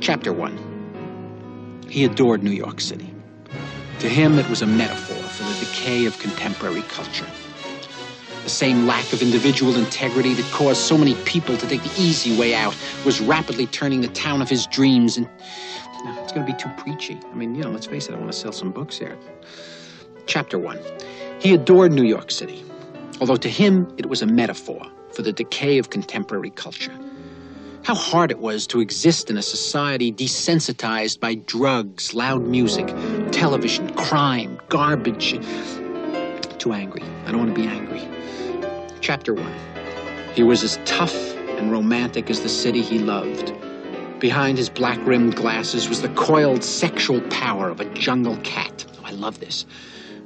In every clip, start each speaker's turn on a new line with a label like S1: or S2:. S1: Chapter 1 He adored New York City. To him, it was a metaphor for the decay of contemporary culture. The same lack of individual integrity that caused so many people to take the easy way out was rapidly turning the town of his dreams and. No, it's going to be too preachy. I mean, you know, let's face it, I want to sell some books here. Chapter 1 He adored New York City, although to him it was a metaphor for the decay of contemporary culture. How hard it was to exist in a society desensitized by drugs, loud music, television, crime, garbage. Too angry. I don't want to be angry. Chapter 1 He was as tough and romantic as the city he loved. Behind his black rimmed glasses was the coiled sexual power of a jungle cat. Oh, I love this.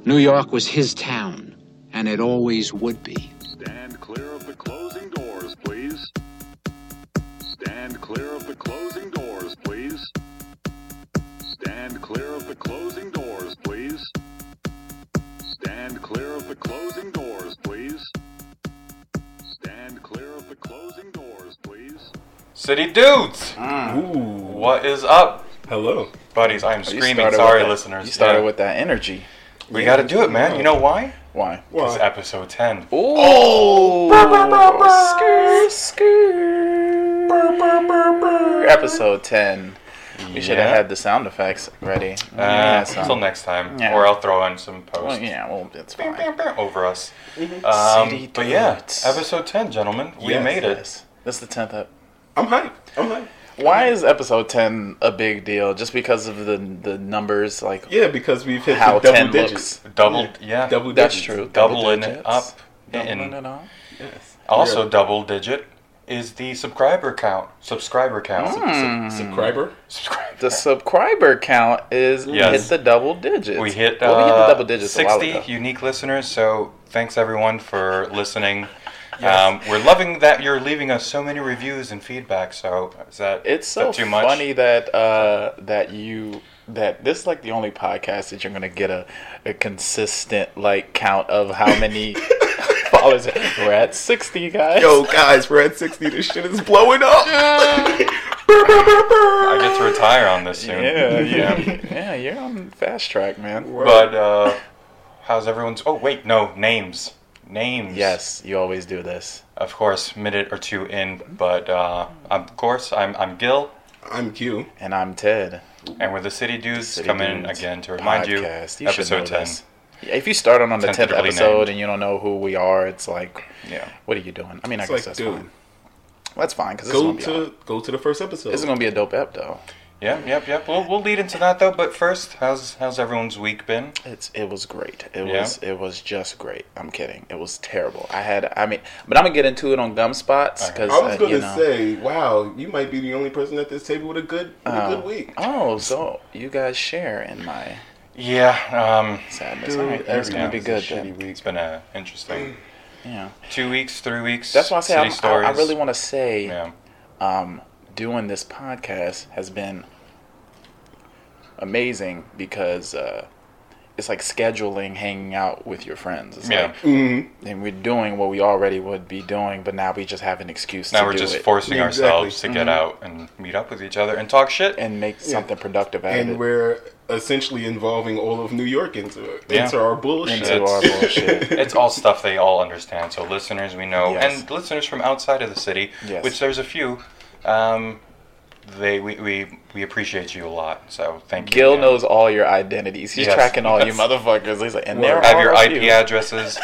S1: New York was his town, and it always would be.
S2: Stand clear of the closing doors, please. Stand clear of the closing doors, please. Stand clear of the closing doors, please. Stand clear of the closing doors, please. Stand clear of the closing doors, please.
S3: City dudes,
S4: Mm.
S3: what is up,
S5: Hello.
S3: buddies? I am
S4: Oh, You
S3: screaming.
S4: started
S3: Sorry,
S4: with that-
S3: listeners.
S4: You started
S3: Yeah.
S4: with that energy.
S3: We got to do it, man. You know why?
S4: Why?
S5: Why?
S3: It's episode ten. Oh!
S4: Oh, skr, skr. Episode 10. We should
S3: Yeah.
S4: have had the sound effects ready.
S3: Uh,
S4: Yeah, so-
S3: until next time,
S4: Yeah.
S3: or I'll throw in some
S4: Well,
S3: posts
S4: yeah, well, that's
S3: Bam, bam,
S4: fine.
S3: bam, over us. Um,
S4: City
S3: but yeah,
S4: dudes.
S3: episode ten, gentlemen. We
S5: Yes.
S3: made it.
S4: Yes. This is the 10th up.
S5: I'm hype. I'm hype.
S4: Why is episode 10 a big deal? Just because of the the numbers? Like,
S5: Yeah, because we've hit
S4: How
S5: the double
S4: 10
S5: digits.
S3: Doubled, yeah.
S5: Double
S4: that's
S5: digits.
S4: true.
S3: Doubling it
S4: digits.
S3: up
S4: Doubling
S3: in-
S4: it up.
S5: Yes.
S3: Also,
S5: You're
S3: double digit is the subscriber count. Subscriber
S4: Mm.
S3: count.
S4: Hmm.
S5: a subscriber.
S3: Subscribe.
S4: The subscriber count is
S3: Yes.
S4: hit the double digits.
S3: We hit,
S4: well, we hit
S3: uh,
S4: the double digits a while
S3: 60
S4: ago.
S3: unique listeners. So thanks everyone for listening. Um, we're loving that you're leaving us so many reviews and feedback. So is that
S4: It's
S3: is
S4: so
S3: that too much?
S4: funny that uh, that you that this is like the only podcast that you're gonna get a, a consistent like count of how many followers. We're at sixty, guys.
S5: Yo, guys, we're at 60. This shit is blowing up.
S3: I get to retire on this soon.
S4: yeah, yeah, yeah. You're on fast track, man.
S3: But uh, how's everyone's? Oh wait, no names. Names.
S4: Yes, you always do this.
S3: Of course, minute or two in, but uh, of course I'm I'm Gil,
S5: I'm Q.
S4: And I'm Ted.
S3: and we're the City Dudes
S4: City
S3: coming in
S4: Dudes
S3: again to remind
S4: podcast.
S3: you,
S4: You should
S3: episode
S4: know
S3: ten.
S4: this. Yeah, If you start on, on the tenth
S3: Tentatively
S4: episode
S3: named.
S4: and you don't know who we are, it's like,
S3: Yeah.
S4: what are you doing? I mean,
S5: It's
S4: I guess
S5: like,
S4: that's
S5: dude,
S4: fine. That's fine because
S5: go
S4: going
S5: to go to the first episode.
S4: This is gonna be a dope ep though.
S3: Yep, yep, yep. We'll, we'll lead into that though. But first, how's how's everyone's week been?
S4: It's it was great. It
S3: Yeah.
S4: was it was just great. I'm kidding. It was terrible. I had I mean, but I'm gonna get into it on gum spots
S3: Uh-huh.
S4: because
S5: I was
S4: uh, you
S5: gonna
S4: know.
S5: say, wow, you might be the only person at this table with a good, with a good week.
S4: Oh, so you guys share in my
S3: Yeah, um,
S4: sadness. All right, it's gonna
S3: yeah,
S4: be
S5: it's a
S4: good.
S5: shitty
S4: Then.
S5: week.
S3: it's been uh, interesting.
S4: Yeah,
S3: Two weeks, three weeks.
S4: that's why I say
S3: city
S4: I'm, I,
S3: stories.
S4: I really want to say
S3: Yeah,
S4: um, doing this podcast has been amazing because uh, it's like scheduling hanging out with your friends. It's
S3: yeah.
S4: like and we're doing what we already would be doing, but now we just have an excuse
S3: now
S4: to
S3: we're
S4: do
S3: just
S4: it Mm-hmm.
S3: forcing
S5: Yeah, exactly.
S3: ourselves to get out and meet up with each other and talk shit.
S4: and make something productive out
S5: and
S4: of it.
S5: we're essentially involving all of New York into it,
S3: Yeah.
S5: into our bullshit.
S4: Into our
S3: It's-
S4: bullshit.
S3: it's all stuff they all understand. So listeners, we know,
S4: Yes.
S3: and listeners from outside of the city,
S4: Yes.
S3: which there's a few. Um, they we, we we appreciate you a lot. So thank you.
S4: Gil
S3: again.
S4: knows all your identities. He's
S3: Yes,
S4: tracking all you
S3: yes.
S4: motherfuckers. He's like, and there
S3: I have
S4: are
S3: your
S4: a
S3: IP
S4: few.
S3: addresses.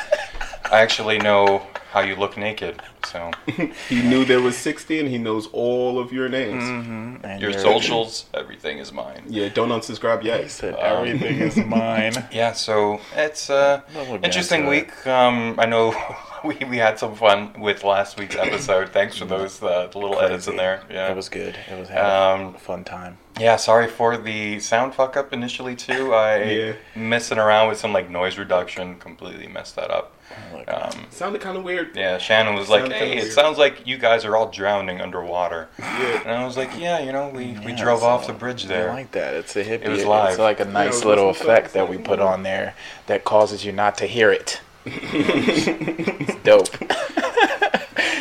S3: I actually know how you look naked. So
S5: He knew there was 60 and he knows all of your names.
S4: Mm. And
S3: your socials, everything is mine.
S5: Yeah, don't unsubscribe
S4: He
S5: yet.
S4: said,
S3: Um,
S4: everything is mine.
S3: Yeah, so it's uh
S4: Well, we'll get
S3: interesting
S4: into
S3: week. Um, I know we, we had some fun with last week's episode. Thanks for those uh, the little edits in there. Yeah,
S4: It was good. It was having
S3: Um,
S4: a fun time.
S3: yeah. Sorry for the sound fuck up initially too. I
S5: Yeah.
S3: messing around with some like noise reduction, completely messed that up.
S4: Look,
S3: Um,
S5: Sounded kind of weird.
S3: yeah, Shannon was
S5: Sounds
S3: like,
S5: kinda
S3: "Hey, it
S5: weird."
S3: sounds like you guys are all drowning underwater."
S5: Yeah.
S3: And I was like, yeah, you know, we, we
S4: yeah,
S3: drove
S4: so
S3: off the bridge there.
S4: I like that. It's a hippie.
S3: was
S4: It's
S3: live.
S4: like a
S5: it
S4: nice
S5: was
S4: little
S5: awesome.
S4: effect that we put on there that causes you not to hear it. it's dope.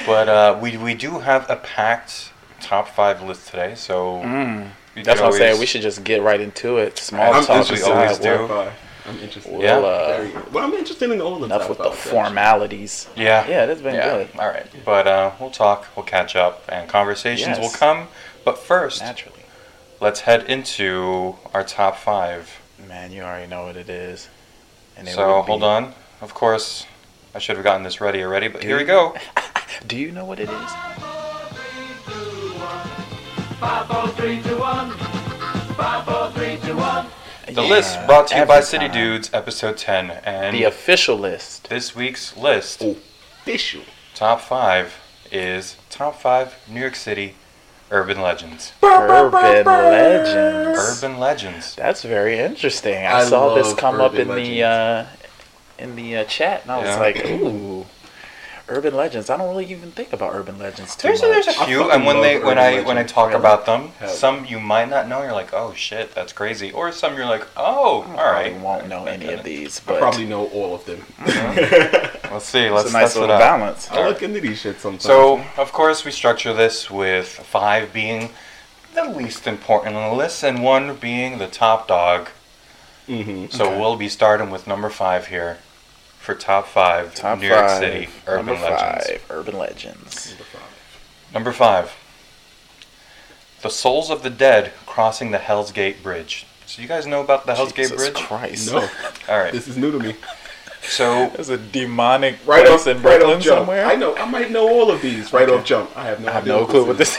S3: But uh, we, we do have a packed top five list today, so You
S4: Mm. That's
S3: could
S4: what I'm saying.
S3: always-
S4: We should just get right into it. Small
S3: I'm
S5: I'm
S4: talk.
S3: interested-
S4: is
S5: interested.
S4: how
S3: always
S4: it works.
S3: do.
S5: Sci-fi. I'm interested.
S4: We'll,
S3: Yeah.
S4: uh,
S5: Very good. Well, I'm interested in all of
S4: enough with the
S5: sci-fi,
S4: formalities.
S3: Yeah.
S4: Yeah, that's been
S3: Yeah.
S4: good.
S3: All right. But uh, we'll talk, we'll catch up, and conversations will
S4: Yes.
S3: come. But first,
S4: Naturally.
S3: let's head into our top five.
S4: Man, you already know what it is. And it
S3: so
S4: would be-
S3: hold on. Of course, I should have gotten this ready already, but
S4: Do
S3: here we
S4: you?
S3: go.
S4: Do you know what it is?
S3: The
S4: Uh, Yeah,
S3: list brought to you by
S4: every
S3: City
S4: time.
S3: Dudes, episode 10. And
S4: The official list.
S3: this week's list,
S5: Official.
S3: top five, is top five New York City urban legends.
S4: Urban legends.
S3: Urban legends.
S4: That's very interesting. I,
S5: I
S4: saw this
S5: love
S4: come up in
S5: urban
S4: the uh, in the uh, chat, and I was
S3: Yeah.
S4: like, "Ooh, urban legends." I don't really even think about urban legends too
S3: There's a,
S4: much.
S3: there's a
S5: I
S3: few,
S5: fucking
S3: and when
S5: love
S3: they when
S5: urban
S3: I when I
S5: legends,
S3: talk
S5: really.
S3: about them,
S5: Yeah.
S3: some you might not know. You're like, oh shit, that's crazy. Or some you're like, oh, all
S4: Probably
S3: right.
S4: won't know any of these,
S5: I
S4: but
S5: probably know all of them.
S4: Uh-huh.
S3: Let's see.
S4: it's
S3: Let's
S4: a nice
S3: test it
S4: little
S3: out.
S4: balance.
S5: I look into these shit sometimes.
S3: So, of course, we structure this with five being the least important on the list and one being the top dog. So
S5: hmm
S4: Mm-hmm. Okay.
S3: we'll be starting with number five here for top five
S4: Top
S3: New York
S4: five,
S3: City urban
S4: number
S3: legends.
S4: five, urban legends.
S3: Number five, the souls of the dead crossing the Hell's Gate Bridge. So you guys know about the Hell's Gate
S4: Jesus
S3: Bridge?
S4: Christ,
S5: No,
S3: All right.
S5: this is new to me.
S3: So
S4: there's a demonic
S5: Right
S4: place
S5: off,
S4: in
S5: right
S4: Brooklyn
S5: off jump.
S4: somewhere.
S5: I know. I might know all of these right off jump. I have no.
S4: I have no clue what this is.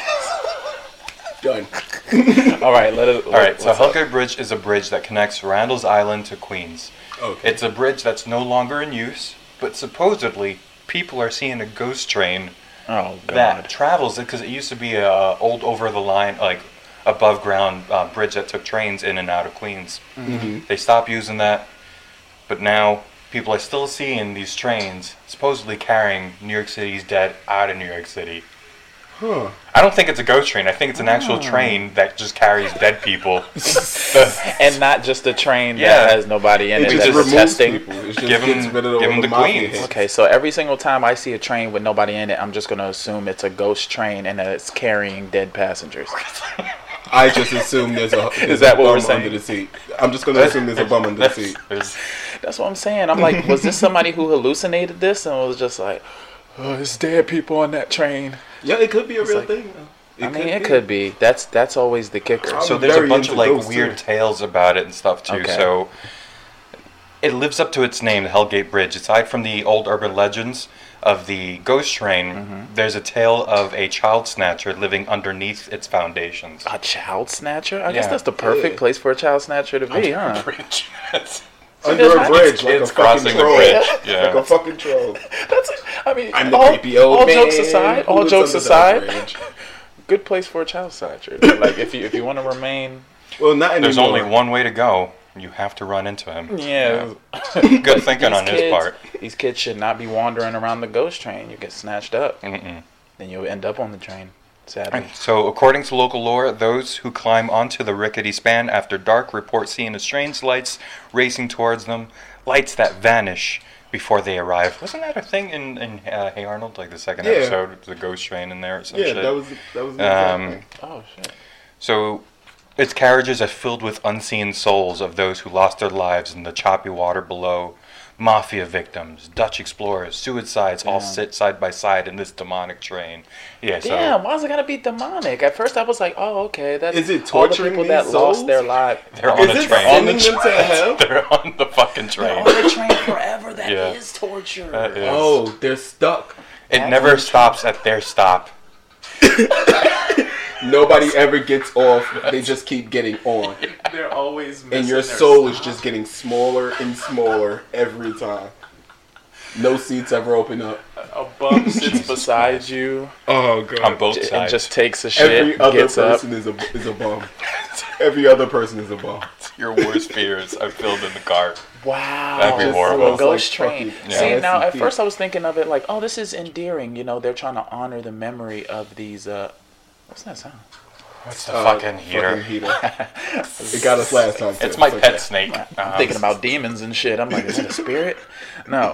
S5: is. Done.
S4: All right, let it.
S3: All right, so Hell's Gate Bridge is a bridge that connects Randall's Island to Queens.
S5: Okay.
S3: It's a bridge that's no longer in use, but supposedly people are seeing a ghost train
S4: Oh
S3: that
S4: God,
S3: travels it because it used to be a old over the line like above ground uh, bridge that took trains in and out of Queens.
S5: Mm-hmm.
S3: They stopped using that, but now people are still seeing these trains supposedly carrying New York City's dead out of New York City.
S5: Huh.
S3: I don't think it's a ghost train. I think it's an actual train that just carries dead people.
S4: and not just a train
S3: Yeah.
S4: that has nobody in
S5: It
S4: it.
S5: just
S4: That's
S5: removes
S4: testing.
S5: people. It just
S3: Give 'em-
S5: gets rid of all
S3: give 'em the
S5: the mafia
S3: queens.
S5: heads.
S4: Okay, so every single time I see a train with nobody in it, I'm just gonna assume it's a ghost train and that it's carrying dead passengers.
S5: I just assume there's a there's
S4: that
S5: a
S4: what we're
S5: bum
S4: saying?
S5: under the seat. I'm just gonna assume there's a bum under the seat.
S3: There's-
S4: That's what I'm saying. I'm like, was this somebody who hallucinated this and was just like, oh, it's dead people on that train?
S5: Yeah, it could be a real
S4: like-
S5: thing. though.
S4: I mean, it could be. That's that's always the kicker.
S5: I'm
S3: so there's a
S5: very
S3: bunch
S5: into
S3: of like
S5: ghosts,
S3: weird
S5: too.
S3: tales about it and stuff too.
S4: Okay.
S3: So it lives up to its name, the Hellgate Bridge. Aside from the old urban legends of the ghost train,
S5: Mm-hmm.
S3: there's a tale of a child snatcher living underneath its foundations.
S4: a child snatcher? I guess
S3: Yeah.
S4: that's the perfect
S5: Yeah.
S4: place for a child snatcher to be, huh?
S3: Bridge.
S5: Under a
S4: It's-
S5: bridge, like a
S3: it's
S5: fucking
S3: crossing the
S5: troll.
S3: bridge.
S5: Like a
S3: Yeah.
S5: fucking troll.
S4: That's. I mean,
S5: I'm the
S4: all,
S5: creepy old
S4: all
S5: man.
S4: jokes aside,
S5: who
S4: all
S5: lives
S4: jokes
S5: under the
S4: aside,
S5: bridge.
S4: good place for a child snatcher. Like if you if you want to remain,
S5: Well, not anymore.
S3: There's only one way to go. You have to run into him.
S4: yeah.
S3: Good thinking
S4: These
S3: on
S4: kids-
S3: his part.
S4: These kids should not be wandering around the ghost train. You get snatched up,
S3: Mm-mm.
S4: then you'll end up on the train. Sadly.
S3: So, according to local lore, those who climb onto the rickety span after dark report seeing the strange lights racing towards them, lights that vanish before they arrive. Wasn't that a thing in, in uh, Hey Arnold, like the second
S5: Yeah.
S3: episode, with the ghost train in there or some
S5: Yeah,
S3: shit?
S5: that was that was.
S3: Um,
S5: Um,
S4: Oh shit.
S3: So, its carriages are filled with unseen souls of those who lost their lives in the choppy water below. Mafia victims, Dutch explorers, suicides all
S4: Damn.
S3: sit side by side in this demonic train. Yeah, so
S4: Damn, why's it gotta be demonic? At first, I was like, "Oh, okay, that's
S5: Is it
S4: all the
S5: torturing
S4: people
S5: these
S4: that lost
S5: souls?
S4: their life
S3: they're on
S5: Is
S3: a
S5: it
S3: train.
S5: sending them to hell?
S3: They're on the fucking train.
S4: on the train forever. That is
S3: Yeah. Uh,
S4: torture."
S3: That is-
S5: Oh, they're stuck.
S3: it never stops at their stop.
S5: Nobody ever gets off. They just keep getting on,
S4: They're always missing
S5: and your
S4: their
S5: soul is
S4: stop.
S5: just getting smaller and smaller every time. No seats ever open up.
S4: a bum sits beside you
S5: Oh god.
S3: On both
S4: and
S3: sides.
S4: just takes a
S5: Every
S4: shit,
S5: other
S4: gets up.
S5: person is a is a bum. Every other person is a bum.
S3: Your worst fears are filled in the car.
S4: Wow,
S3: That'd be
S4: Just
S3: horrible.
S4: a Ghost
S5: Like,
S4: train.
S5: fucking
S4: See,
S5: Yeah.
S4: now at
S5: SCP.
S4: first I was thinking of it like, oh, this is endearing. You know, they're trying to honor the memory of these. uh What's that sound?
S3: What's the
S5: Uh,
S3: fucking heater?
S5: Fucking heater. it got us last time. Too.
S3: It's my
S5: okay.
S3: pet snake. Um,
S4: I'm thinking about demons and shit. I'm like, is it a spirit? No.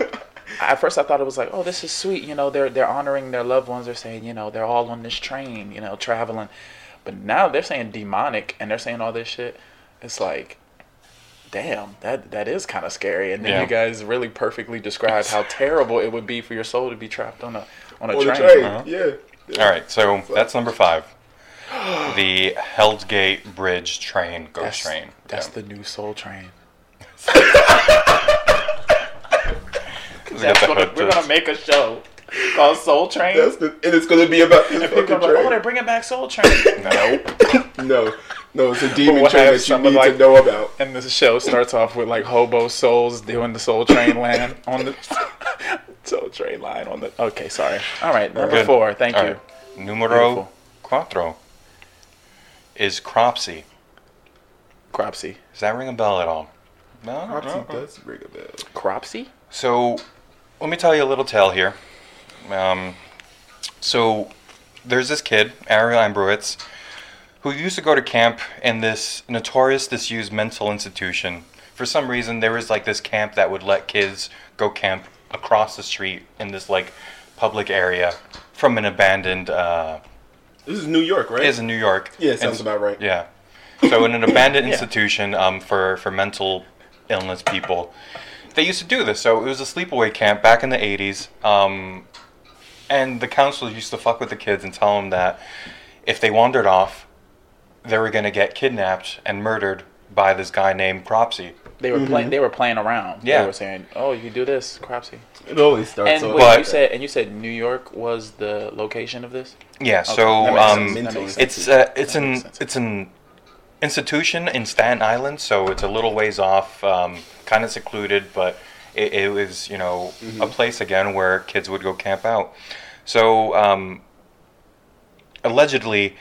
S4: At first, I thought it was like, oh, this is sweet. You know, they're they're honoring their loved ones. They're saying, you know, they're all on this train. You know, traveling. But now they're saying demonic and they're saying all this shit. It's like, damn, that that is kind of scary. And then
S3: Yeah.
S4: you guys really perfectly described how terrible it would be for your soul to be trapped on a on a
S5: On the
S4: train.
S5: train,
S4: huh?
S5: yeah. yeah.
S3: All right, so that's number five. The Hell's Gate Bridge train, ghost
S4: That's,
S3: train.
S4: that's
S3: Yeah.
S4: the new soul train.
S3: Let's get
S4: That's
S3: the
S4: gonna,
S3: hook
S4: we're
S3: to-
S4: gonna make a show called Soul Train.
S5: That's the, and it's gonna be about this
S4: and people
S5: fucking
S4: are like, oh, they're
S5: train.
S4: bringing back Soul Train. nope.
S3: "Oh,
S5: No, no, it's a demon
S4: We'll
S5: train
S4: have
S5: that you
S4: someone
S5: need
S4: like-
S5: to know about.
S4: And this show starts off with like hobo souls doing the Soul Train land on the Soul Train line on the. Okay, sorry. All right, number
S3: Good.
S4: four. Thank
S3: All
S4: you.
S3: right. Numero
S4: Beautiful.
S3: cuatro is Cropsy.
S4: Cropsy.
S3: Does that ring a bell at all? No. no, no.
S5: Cropsy does ring a bell.
S4: Cropsy?
S3: So, let me tell you a little tale here. Um, so, there's this kid, Ariel Ambrowitz, who used to go to camp in this notorious disused mental institution. For some reason, there was like this camp that would let kids go camp across the street in this like public area from an abandoned. Uh,
S5: This is New York, right?
S3: it is in New York.
S5: Yeah, sounds
S3: It's-
S5: about right.
S3: Yeah. So in an abandoned institution um, for for mental illness people, they used to do this. So it was a sleepaway camp back in the '80s, um, and the counselors used to fuck with the kids and tell them that if they wandered off, they were gonna get kidnapped and murdered by this guy named Cropsy.
S4: They were playing. They were playing around.
S3: Yeah.
S4: They were saying, "Oh, you can do this, Cropsy."
S5: It always starts
S4: And
S5: off.
S4: wait,
S3: But-
S4: you said, and you said New York was the location of this.
S3: Yeah.
S4: that
S3: So
S4: makes
S3: um,
S4: sense.
S5: mental
S4: sense.
S3: It's uh, it's
S4: That
S3: an
S4: makes sense.
S3: it's an institution in Staten Island, so it's a little ways off, um, kind of secluded, but it, it was you know
S4: Mm-hmm.
S3: a place again where kids would go camp out. So um, allegedly,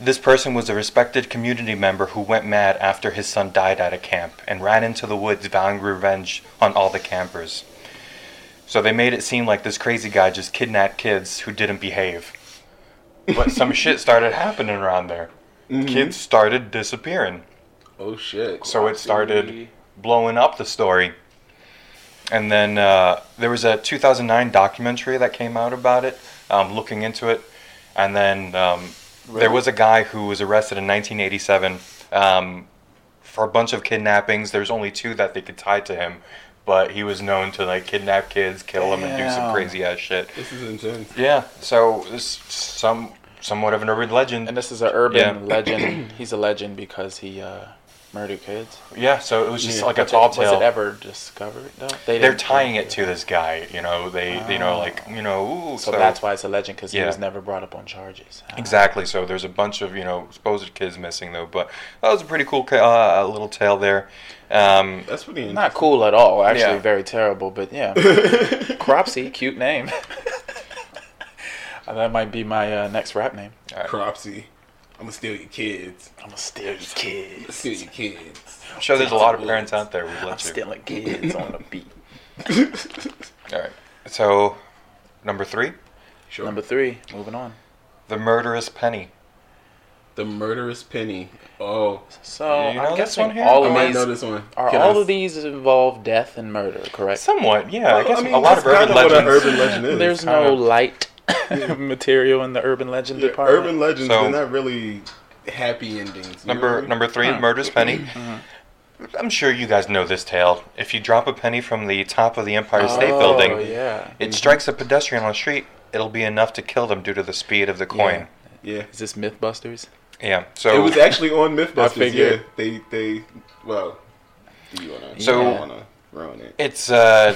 S3: this person was a respected community member who went mad after his son died at a camp and ran into the woods vowing revenge on all the campers. So they made it seem like this crazy guy just kidnapped kids who didn't behave. But some shit started happening around there.
S4: Mm-hmm.
S3: Kids started disappearing.
S5: oh shit!
S3: So it started blowing up the story. And then uh, there was a 2009 documentary that came out about it, um, looking into it. And then um, there was a guy who was arrested in 1987 um, for a bunch of kidnappings. There's only two that they could tie to him, but he was known to like kidnap kids, kill them, and do some
S4: Damn.
S3: crazy ass shit.
S5: This is intense.
S3: Yeah. So this some somewhat of an urban legend.
S4: And this is an urban
S3: Yeah.
S4: legend. He's a legend because he uh, murdered kids.
S3: Yeah, so it was just
S5: Yeah.
S3: like a
S4: Was it-
S3: tall
S4: Was
S3: tale.
S4: it ever discovered though? They
S3: They're
S4: didn't-
S3: tying it to this guy, you know. They, you know, like you know. Ooh,
S4: Ah. So, that's why it's a legend because he
S3: Yeah.
S4: was never brought up on charges. Ah.
S3: Exactly. So there's a bunch of you know supposed kids missing though, but that was a pretty cool ca- uh, little tale there. Um,
S5: That's pretty intense.
S4: Not cool at all. Actually,
S3: Yeah.
S4: very terrible. But yeah, Cropsy, cute name. Uh, that might be my uh, next rap name.
S5: Cropsy. I'm gonna steal your kids.
S4: I'm gonna steal your kids.
S5: Steal your kids.
S3: I'm sure there's a lot of parents out there who would
S4: I'm
S3: let you.
S4: stealing kids on the beat.
S3: All right. So number three,
S5: Sure.
S4: Number three. Moving on.
S3: the murderous penny.
S5: the murderous penny. Oh,
S4: So
S3: You know
S4: I'm
S3: this
S4: guessing
S3: one here?
S4: all
S5: I
S4: of
S5: might know
S4: these
S5: this one.
S4: are
S5: Can I
S4: all
S5: s-
S4: of these involve death and murder, correct?
S3: Somewhat, yeah. I
S5: Well,
S3: guess
S5: mean,
S3: a lot
S5: that's
S3: of urban
S5: kinda what an
S3: legends.
S5: urban legend is.
S4: There's
S3: kind
S4: no
S3: of-
S4: light material in the urban legend
S5: Yeah,
S4: department.
S5: urban legends.
S3: So-
S5: they're not really happy endings. you know
S3: Number
S5: what I mean?
S3: number three, murderous penny.
S4: Mm-hmm.
S3: I'm sure you guys know this tale. If you drop a penny from the top of the Empire State
S4: oh,
S3: Building,
S4: yeah.
S3: it strikes a pedestrian on the street. It'll be enough to kill them due to the speed of the coin.
S5: Yeah.
S4: Is this MythBusters?
S3: Yeah. So
S5: It was actually on MythBusters. Yeah,
S4: figured.
S5: they they well. Do you wanna?
S3: So-
S5: you don't wanna ruin it?
S3: it's uh,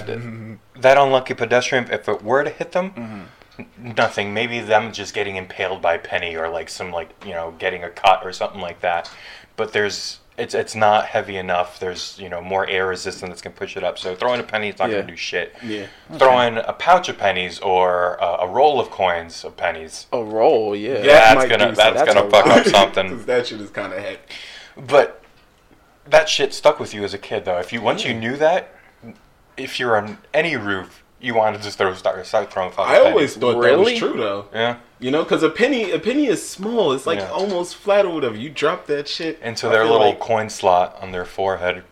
S3: that unlucky pedestrian. If it were to hit them,
S5: Mm-hmm.
S3: n- nothing. Maybe them just getting impaled by a penny or like some like you know getting a cut or something like that. But there's it's it's not heavy enough. There's you know more air resistance that can push it up. So throwing a penny is not
S4: Yeah.
S3: gonna do shit.
S5: Yeah.
S3: Throwing a pouch of pennies or uh, a roll of coins of pennies.
S4: A roll, yeah.
S5: Yeah. That
S3: that's
S5: might
S3: gonna
S5: do
S3: that's,
S4: something.
S3: gonna
S4: That's
S3: fuck
S4: a
S3: up
S5: Cause
S3: something.
S5: that shit is kind of happy.
S3: But that shit stuck with you as a kid, though. If you once you knew that, if you're on any roof, you want to just throw start, start throwing fucking.
S5: I
S3: pennies.
S5: always thought
S4: Really?
S5: that was true though.
S3: yeah.
S5: You know, because a penny a penny is small. It's like
S3: Yeah.
S5: almost flat or whatever. You drop that shit
S3: Into
S5: I
S3: their
S5: feel
S3: little
S5: like-
S3: coin slot on their forehead.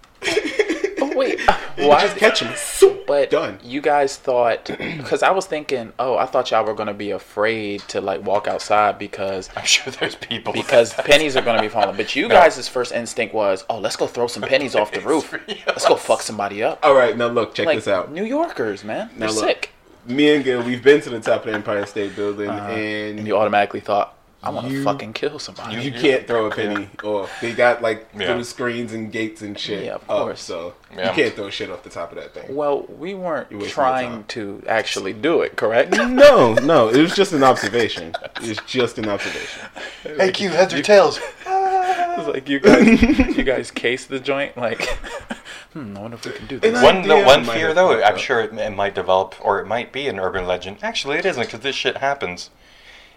S4: Oh, wait.
S5: Well,
S4: Well, I-
S5: just catch him. Swoop,
S4: But
S5: done.
S4: you guys thought because I was thinking, oh, I thought y'all were gonna be afraid to like walk outside because
S3: I'm sure there's people.
S4: because pennies are gonna be falling. But you guys' first instinct was, oh, let's go throw some pennies off the roof. Let's go fuck somebody up.
S5: All right, now look, check
S4: Like
S5: this out.
S4: New Yorkers, man, they're
S5: Now look.
S4: sick.
S5: Me and Gil, we've been to the top of the Empire State Building, and,
S4: Uh-huh. And you automatically thought, I want to
S5: You-
S4: fucking kill somebody.
S5: you can't throw a penny off. They got like
S3: Yeah.
S5: through screens and gates and shit.
S4: Yeah, of
S5: up,
S4: course.
S5: so
S3: Yeah.
S5: you can't throw shit off the top of that thing.
S4: well, we weren't
S5: wasted your
S4: trying
S5: time.
S4: to actually do it, correct?
S5: No, no, it was just an observation. It's just an observation.
S3: hey, Q, heads or tails?
S4: It's like you guys, you guys case the joint. Like, hmm, I wonder if we can do this.
S5: And I-
S3: One, the
S5: idea
S3: one
S5: might
S3: fear
S5: have
S3: though,
S5: popped
S3: I'm
S5: up.
S3: sure it, it might develop or it might be an urban legend. Actually, it isn't because this shit happens.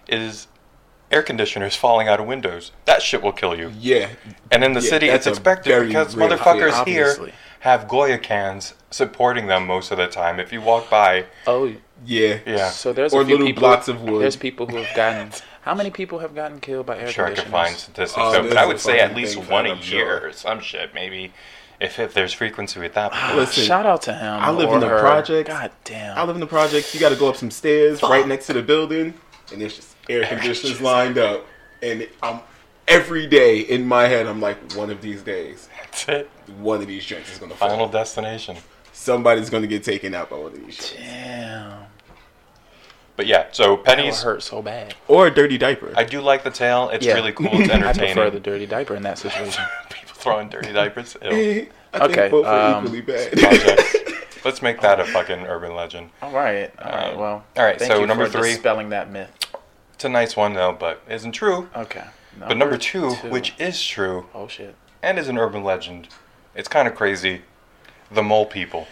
S3: Is air conditioners falling out of windows? That shit will kill you.
S5: Yeah,
S3: And in the
S5: Yeah,
S3: city, it's
S5: that's a
S3: expected
S5: very
S3: because
S5: real
S3: motherfuckers
S4: fear,
S3: here
S4: obviously.
S3: have Goya cans supporting them most of the time. If you walk by,
S4: Oh,
S5: yeah,
S3: yeah,
S4: so there's
S5: Or
S4: a few
S5: little
S4: people,
S5: blocks of wood.
S4: There's people who have gotten. How many people have gotten killed by air
S3: I'm sure I could
S4: conditioners?
S3: find statistics,
S5: Oh,
S3: though,
S5: this
S3: but I
S5: is
S3: would
S5: a
S3: say at
S5: fucking
S3: least
S5: thing,
S3: one a
S5: fam,
S3: year
S5: I'm sure.
S3: or some shit, maybe. If, if there's frequency with that,
S5: Listen,
S4: Shout out to him.
S5: I live
S4: or
S5: in the
S4: her.
S5: projects.
S4: God
S5: I
S4: damn.
S5: live in the projects. You got to go up some stairs right next to the building, and there's just air conditioners lined up. And I'm every day in my head, I'm like, one of these days,
S3: that's it.
S5: one of these joints is gonna fall.
S3: Final destination.
S5: Somebody's gonna get taken out by one of these. joints.
S4: Damn.
S3: But yeah, so
S4: It
S3: pennies.
S4: hurt so bad.
S5: Or a dirty diaper.
S3: I do like the tale. It's
S4: Yeah.
S3: really cool. It's
S4: I prefer
S3: entertaining.
S4: the dirty diaper in that situation.
S3: People throwing dirty diapers. Ew.
S5: I
S4: Okay,
S5: think both are
S4: um,
S5: equally bad.
S3: Projects. Let's make that a fucking urban legend.
S4: All right. Um, All right. Well.
S3: All right,
S4: Thank
S3: so
S4: you
S3: number
S4: for
S3: three.
S4: Dispelling that myth.
S3: It's a nice one though, but isn't true.
S4: Okay.
S3: But number two, which is true
S4: oh shit.
S3: and is an urban legend, it's kind of crazy. The mole people.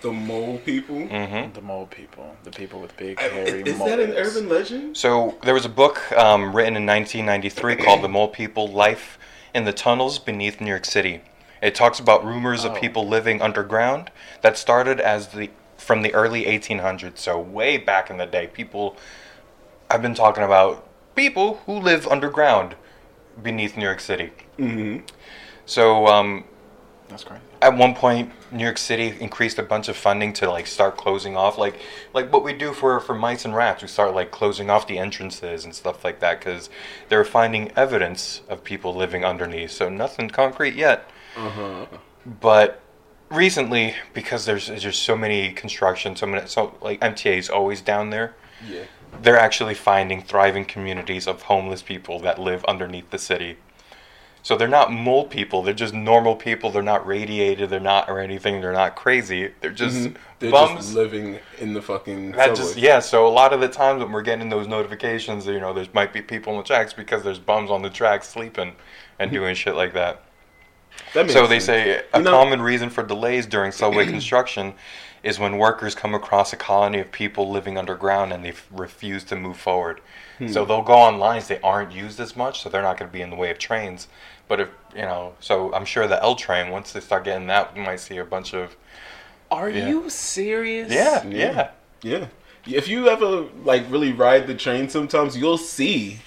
S5: the mole people.
S4: The mole people, the people with big
S5: I-
S4: hairy
S5: Is
S4: moles.
S5: that an urban legend?
S3: So there was a book um, written in 1993 called "The Mole People: Life in the Tunnels Beneath New York City." It talks about rumors of people living underground that started as the from the early 1800s. So way back in the day, people I've been talking about people who live underground beneath New York City. Mm-hmm. So um,
S4: That's crazy.
S3: at one point New York City increased a bunch of funding to like start closing off like like what we do for for mice and rats we start like closing off the entrances and stuff like that cuz they're finding evidence of people living underneath so nothing concrete yet but recently because there's there's just so many construction so many so like MTA is always down there
S5: Yeah.
S3: they're actually finding thriving communities of homeless people that live underneath the city. So they're not mole people, they're just normal people. They're not radiated, they're not or anything, they're not crazy. They're just
S5: They're
S3: bums.
S5: Mm-hmm. just living in the fucking.
S3: that just
S5: subway.
S3: yeah, so a lot of the times when we're getting those notifications, you know, there's might be people on the tracks because there's bums on the tracks sleeping and
S5: Mm-hmm.
S3: doing shit like that.
S5: That makes
S3: So they
S5: sense.
S3: say a
S5: You know-
S3: common reason for delays during subway construction is when workers come across a colony of people living underground and they f- refuse to move forward.
S5: Hmm.
S3: So they'll go on lines they aren't used as much, so they're not going to be in the way of trains. But if you know, so I'm sure the L train once they start getting that, we might see a bunch of
S4: Are
S3: Yeah.
S4: you serious?
S3: yeah, yeah.
S5: Yeah. Yeah. If you ever like really ride the train sometimes you'll see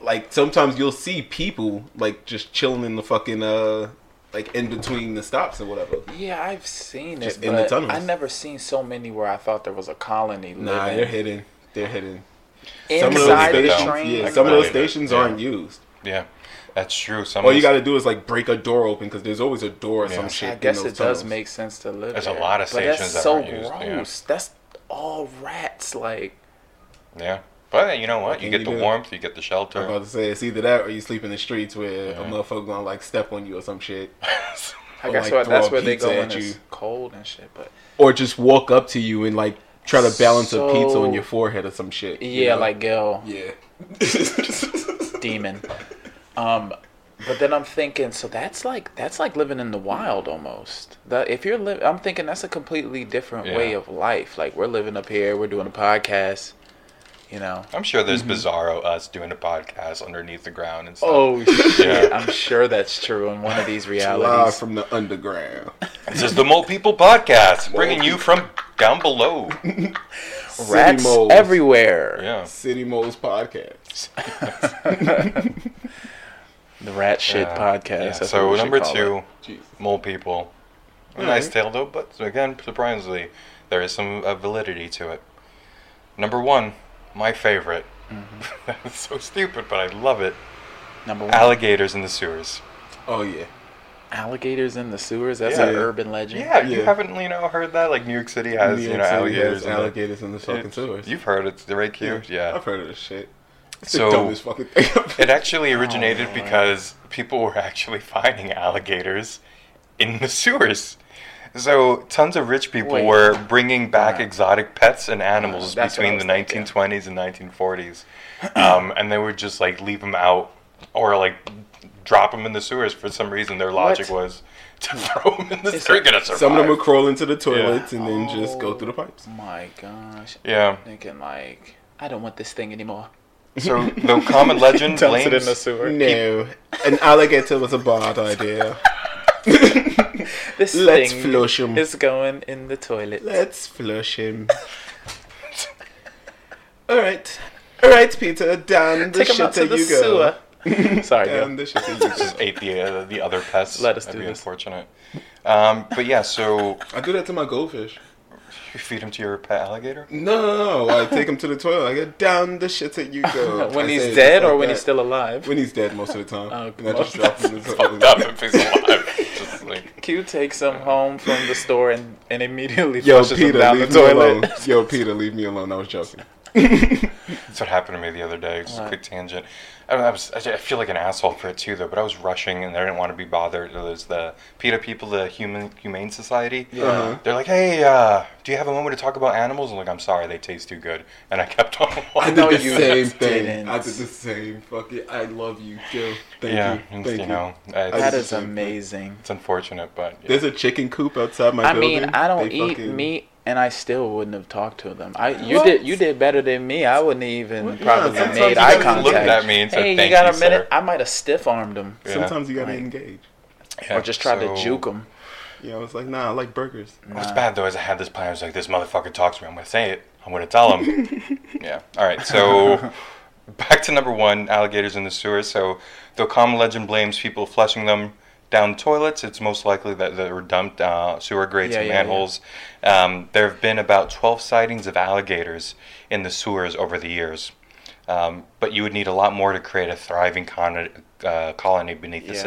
S5: like sometimes you'll see people like just chilling in the fucking uh like in between the stops or whatever.
S4: Yeah, I've seen
S5: Just
S4: it,
S5: in the
S4: but
S5: tunnels.
S4: I never seen so many where I thought there was a colony
S5: Nah, they're
S4: living
S5: hidden. They're hidden. Some of those
S4: inside the
S5: stations,
S4: train.
S5: yeah,
S3: I
S5: some of those
S3: believe it.
S5: stations
S3: Yeah.
S5: aren't used.
S3: Yeah. That's true. Some
S5: All
S3: of
S5: you
S3: those-
S5: got to do is like break a door open because there's always a door or
S3: Yeah.
S5: some
S3: I
S5: shit.
S4: I
S5: in
S4: guess
S5: those
S4: it does
S5: tunnels.
S4: make sense to live.
S3: There's a
S4: there,
S3: lot of
S4: but
S3: stations
S4: that's
S3: that
S4: so
S3: aren't used, yeah.
S4: gross. That's all rats. Like
S3: yeah. But you know what? You
S5: can
S3: get
S5: you
S3: the
S5: do?
S3: warmth, you get the
S5: I was
S3: shelter.
S5: about to say it's either that or you sleep in the streets where a
S3: Yeah.
S5: motherfucker gonna like step on you or some shit,
S4: I
S5: Or,
S4: guess
S5: like,
S4: what,
S5: throw
S4: that's
S5: a
S4: where they
S5: pizza
S4: go
S5: at
S4: when it's
S5: you.
S4: cold and shit. But
S5: or just walk up to you and like try to balance a pizza
S4: So-
S5: on your forehead or some shit.
S4: yeah,
S5: you know?
S4: like Gail,
S5: Yeah.
S4: demon. Um, but then I'm thinking, so that's like that's like living in the wild almost. That if you're living, I'm thinking that's a completely different way
S3: Yeah.
S4: of life. Like we're living up here, we're doing a podcast, you know.
S3: I'm sure there's
S5: Mm-hmm.
S3: bizarro us doing a podcast underneath the ground and stuff.
S4: Oh shit!
S3: Yeah.
S4: I'm sure that's true in one of these
S5: Live
S4: realities.
S5: from the underground.
S3: This is the Mole People Podcast, bringing you from down below.
S4: Rats
S5: City moles.
S4: everywhere.
S3: Yeah.
S5: City Moles podcast.
S4: The Rat Shit
S3: Yeah.
S4: Podcast.
S3: Yeah,
S4: that's
S3: So
S4: what we should
S3: number
S4: call it.
S3: two,
S5: Jesus.
S3: mole people. a nice tale though, but again, surprisingly, there is some uh, validity to it. Number one, my favorite.
S5: Mm-hmm.
S3: That's so stupid, but I love it.
S4: Number one,
S3: Alligators in the sewers.
S5: Oh yeah.
S4: alligators in legends. That's
S3: Yeah.
S4: an urban legend.
S3: Yeah, you
S5: Yeah.
S3: haven't you know heard that? Like New York City has
S5: New
S3: you
S5: York
S3: know
S5: City
S3: alligators.
S5: has
S3: in the-
S5: alligators in the fucking
S3: It's-
S5: sewers.
S3: You've heard it, the right cue. Yeah.
S5: I've heard of this shit. It's
S3: So-
S5: the dumbest fucking thing. I've
S3: It actually
S4: Oh,
S3: originated because people were actually finding alligators in the sewers. So tons of rich people
S4: Wait.
S3: were bringing back exotic pets and animals
S4: that's what I
S3: between the
S4: was thinking.
S3: 1920s and 1940s, um, and they would just like leave them out or like drop them in the sewers for some reason. Their logic
S4: What?
S3: was to throw them in the sewers. Gonna survive.
S5: Some of them would crawl into the toilets and then just go through the pipes.
S4: Oh My gosh.
S3: yeah.
S4: Thinking like, I don't want this thing anymore.
S3: So the common legend
S4: Dumps
S3: blames
S4: it in the sewer.
S5: No, an alligator was a bad idea.
S4: This
S5: Let's
S4: thing
S5: flush 'em.
S4: is going in the toilet.
S5: Let's flush him. All right, all right, Peter. Down the
S4: Take him out to
S5: shitter
S4: the
S5: you go.
S4: sewer. Sorry,
S5: Down
S4: Gil.
S5: the shitter you go.
S3: just ate the uh, the other pests.
S4: Let us
S3: That'd
S4: do
S3: be
S4: this.
S3: Unfortunate. Um, but yeah, so
S5: I do that to my goldfish.
S3: you feed him to your pet alligator.
S5: No, no, no. I take him to the toilet. I go down the shitter you go.
S4: When
S5: I say it
S4: he's
S5: just
S4: dead
S5: like
S4: or when
S5: that.
S4: he's still alive.
S5: When he's dead, most of the time.
S4: Oh,
S5: and I
S4: most-
S5: just drop him in the
S3: Fucked up if he's alive. Just like
S4: Q takes him home from the store and, and immediately
S5: Yo,
S4: flushes him
S5: Peter,
S4: down the
S5: leave me alone.
S4: toilet.
S5: Yo, Peter, leave me alone. I was joking.
S3: that's what happened to me the other day. Just a
S4: What?
S3: quick tangent. I, I was I I feel like an asshole for it too though. But I was rushing and I didn't want to be bothered. There's the PETA people, the Human Humane Society.
S5: Uh-huh.
S3: They're like, hey, uh, do you have a moment to talk about animals? I'm like, I'm sorry, they taste too good. And I kept on.
S5: I
S3: walking.
S5: did
S4: No,
S5: the
S4: you
S5: same thing.
S4: didn't.
S5: I did the same. Fuck it. I love you, Joe. Thank
S3: yeah,
S5: you.
S3: and,
S5: Thank
S3: you,
S5: you.
S3: know, it's,
S4: That
S5: I
S4: is
S5: just-
S4: amazing.
S3: it's unfortunate, but yeah.
S5: There's a chicken coop outside my
S4: I
S5: building.
S4: mean, I don't
S5: They
S4: eat
S5: fucking-
S4: meat, and I still wouldn't have talked to them. I you
S5: What?
S4: did you did better than me. I wouldn't even probably
S5: sometimes you
S4: made
S5: gotta
S4: eye
S5: look
S4: contact.
S3: at me and say,
S4: hey, you
S3: "Thank
S4: got
S3: you,
S4: a minute?
S3: sir."
S4: I might have stiff armed them
S3: Yeah.
S5: Sometimes you gotta
S4: Like-
S5: engage.
S3: Yeah,
S4: or just tried to
S3: so-
S4: juke them.
S5: Yeah, I was like, nah, I like burgers.
S3: What's bad though is I had this plan. I was like, this motherfucker talks to me. I'm gonna say it. I'm gonna tell him. yeah. All right. So back to number one: alligators in the sewers. So though common legend blames people flushing them down toilets, it's most likely that they were dumped uh, sewer grates
S4: Yeah,
S3: and
S4: yeah, yeah.
S3: manholes. Um, there have been about 12 sightings of alligators in the sewers over the years. Um, but you would need a lot more to create a thriving con- uh, colony beneath the
S4: Yeah. Hmm.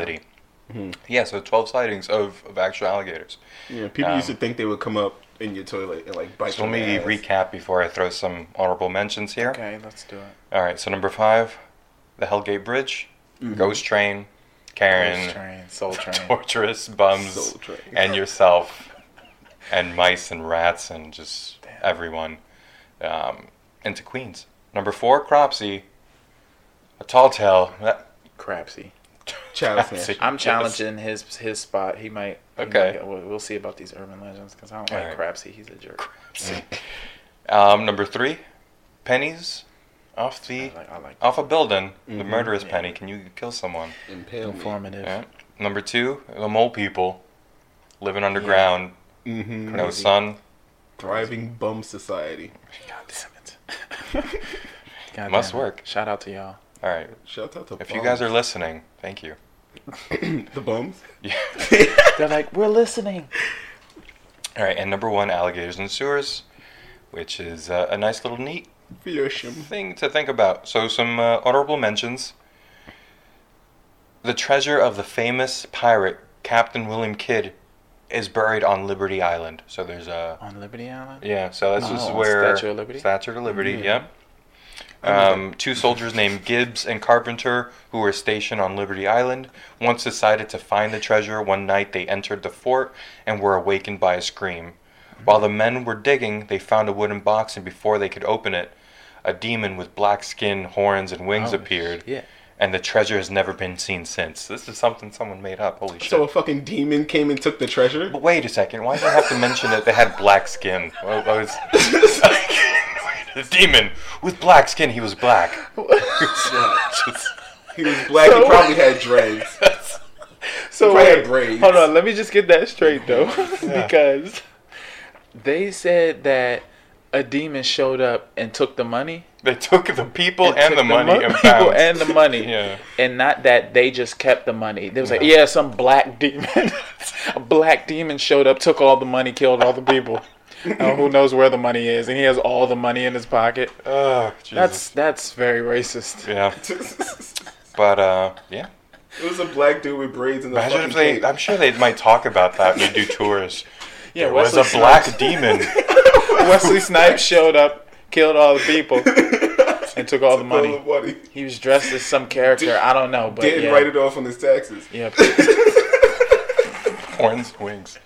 S3: city. Yeah, so 12 sightings of, of actual alligators.
S5: Yeah, people used to think they would come up in your toilet and like bite
S3: So
S5: your
S3: let me
S5: ass.
S3: recap before I throw some honorable mentions here.
S4: Okay, let's do it.
S3: All right, so number five, the Hellgate Bridge, Ghost Train, Karen,
S4: Mm-hmm. Ghost train, soul train.
S3: torturous bums,
S5: Soul Train.
S3: and yourself, and mice and rats and just everyone um, into Queens. Number four, Cropsy, a tall tale. That-
S4: Crapsy.
S5: Child's snatch.
S3: Sick.
S4: I'm
S3: Yes.
S4: challenging his his spot. He might. he might
S3: Okay.
S4: get- we'll, we'll see about these urban legends because I don't
S3: All
S4: like
S3: right.
S4: Crapsy. He's a jerk.
S3: Um, number three, pennies off the
S4: I like, Mm-hmm. I like
S3: off a building. The murderous penny. Can you kill someone?
S5: Impale me.
S4: informative.
S3: Yeah. Number two, the mole people living underground,
S5: Mhm.
S3: no
S4: Crazy.
S3: sun.
S5: Thriving bum society.
S4: God damn it. God
S3: Must
S4: damn it.
S3: work.
S4: Shout out to y'all.
S3: All right.
S5: Shout out to
S3: If you guys are listening, thank you.
S5: the bums,
S3: Yeah.
S4: They're like, we're listening.
S3: All right. And number one, alligators and sewers, which is uh, a nice little neat
S5: flush 'em.
S3: thing to think about. So, some uh, honorable mentions. The treasure of the famous pirate Captain William Kidd is buried on Liberty Island. So, there's a.
S4: On Liberty Island.
S3: Yeah, so that's just
S4: Oh,
S3: where.
S4: Statue of Liberty? Hmm.
S3: Statue of Liberty, yep.
S5: know
S3: Um, two soldiers named Gibbs and Carpenter, who were stationed on Liberty Island, once decided to find the treasure. One night they entered the fort and were awakened by a scream. While the men were digging, they found a wooden box, and before they could open it, a demon with black skin, horns, and wings
S4: Oh,
S3: appeared.
S4: shit.
S3: And the treasure has never been seen since. This is something someone made up. Holy shit.
S5: So a fucking demon came and took the treasure.
S3: But wait a second, why did I have to mention that they had black skin? Well, I was- the demon with black skin, he was black. Just-
S5: He was black. he probably had dreads.
S4: So
S5: Probably had
S4: wait,
S5: braids.
S4: hold on. Let me just get that straight though, because they said that a demon showed up and took the money.
S3: They took the people
S4: It
S3: and
S4: took
S3: the money
S4: mon-
S3: and
S4: people
S3: bounced.
S4: and the money,
S3: Yeah.
S4: and not that they just kept the money. They was like, yeah, some black demon, a black demon showed up, took all the money, killed all the people. Uh, who knows where the money is? And he has all the money in his pocket.
S3: Oh, Jesus.
S4: That's that's very racist.
S3: yeah.
S5: it
S3: But uh, yeah.
S5: was a black dude with braids and a
S3: Imagine
S5: fucking
S3: if they.
S5: cape.
S3: I'm sure they might talk about that when they do tours.
S4: Yeah,
S3: There was a
S4: Wesley
S3: black demon.
S4: Wesley Snipes showed up, killed all the people, and took all the money. He was dressed as some character. I don't know, but
S5: Didn't
S4: yeah,
S5: write it off on his taxes.
S4: yeah.
S3: Horns, wings.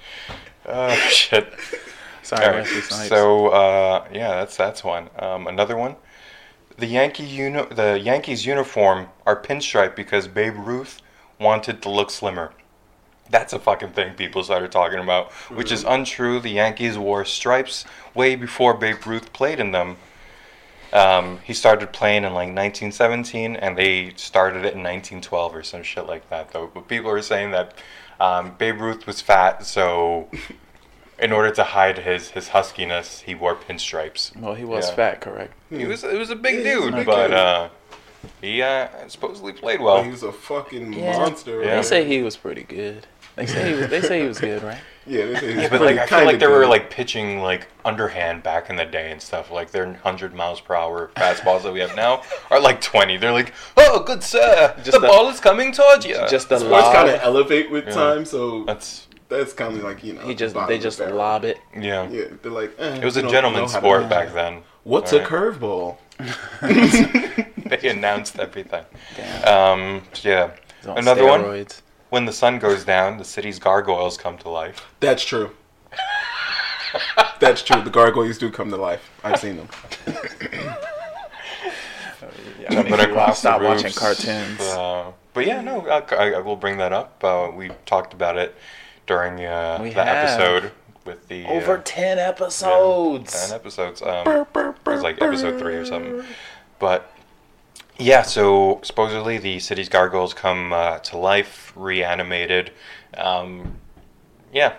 S3: Oh shit.
S4: Sorry,
S3: All right.
S4: Wesley Snipes.
S3: So uh, yeah, that's that's one. Um, another one. The Yankee uni- the Yankees uniform are pinstripe because Babe Ruth wanted to look slimmer. That's a fucking thing people started talking about, which is untrue. The Yankees wore stripes way before Babe Ruth played in them. Um, he started playing in like 1917, and they started it in 1912 or some shit like that, though. But people are saying that um, Babe Ruth was fat, so in order to hide his his huskiness, he wore pinstripes.
S4: well, he was
S3: Yeah.
S4: fat, correct?
S3: He was it was a big
S5: Yeah, he was
S3: dude,
S5: a big
S3: but
S5: dude.
S3: uh, he uh, supposedly played
S5: he
S3: well.
S5: was a fucking
S4: Yeah.
S5: monster.
S3: Yeah.
S4: They say he was pretty good. They say he was, they say he was good, right?
S5: Yeah, they say he's
S3: But like I feel
S5: kinda
S3: like they were
S5: good.
S3: like pitching like underhand back in the day and stuff. Like their hundred miles per hour fastballs that we have now are like twenty. They're like, oh, good sir,
S4: Just
S3: the
S4: the-
S3: ball is coming towards you.
S4: Just the
S5: sports
S4: lob.
S5: kind of elevate with time, so
S3: that's
S5: that's kind of like you know.
S4: he just
S5: bottom
S4: they
S5: of the
S4: just
S5: barrel.
S4: lob it.
S3: yeah.
S5: Yeah, they're like. eh,
S3: It was
S5: you
S3: a
S5: don't know
S3: gentleman's
S5: how to-
S3: sport back then.
S5: What's a
S3: Alright.
S5: curveball?
S3: They announced everything.
S4: Damn.
S3: Um, yeah.
S4: He's on
S3: Another one.
S4: steroids.
S3: When the sun goes down, the city's gargoyles come to life.
S5: That's true. That's true. The gargoyles do come to life. I've seen them.
S4: Yeah, I mean,
S3: but
S4: if you
S3: across
S4: stop
S3: the roofs,
S4: watching cartoons.
S3: Uh, but yeah, no, I, I- I will bring that up. Uh, we talked about it during uh,
S4: We
S3: the
S4: have.
S3: episode with the
S4: Over
S3: uh,
S4: ten episodes.
S3: ten episodes. Um, it was like episode three or something. But yeah, so supposedly the city's gargoyles come uh, to life, reanimated. Um, yeah,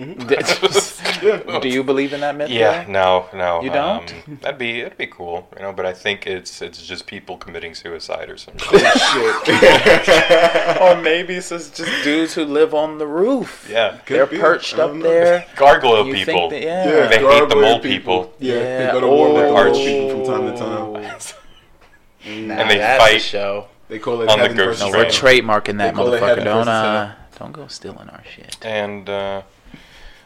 S4: Do you believe in that myth?
S3: Yeah,
S4: Will?
S3: no, no.
S4: You don't?
S3: Um, that'd be that'd be cool, you know. But I think it's it's just people committing suicide or something.
S4: or maybe it's just just dudes who live on the roof.
S3: yeah,
S4: They're
S5: Could be.
S4: perched
S5: I don't
S4: up
S5: know.
S4: there.
S3: gargoyle
S4: You think
S3: people.
S4: that- yeah.
S5: Yeah,
S3: They hate the
S5: gargoyle
S3: mole people.
S5: Yeah,
S4: Yeah,
S5: they go to war with the
S4: oh.
S5: orange people from time to time.
S4: Nah,
S3: And they
S4: that's a
S3: fight.
S4: show.
S5: They call it
S3: On the
S5: heaven
S3: ghost
S4: No,
S5: versus
S3: Right.
S4: we're
S5: hell.
S4: trademarking that
S5: They call it
S4: motherfucker.
S5: Heaven
S4: Don't
S5: versus
S4: uh, don't go stealing our shit.
S3: And uh,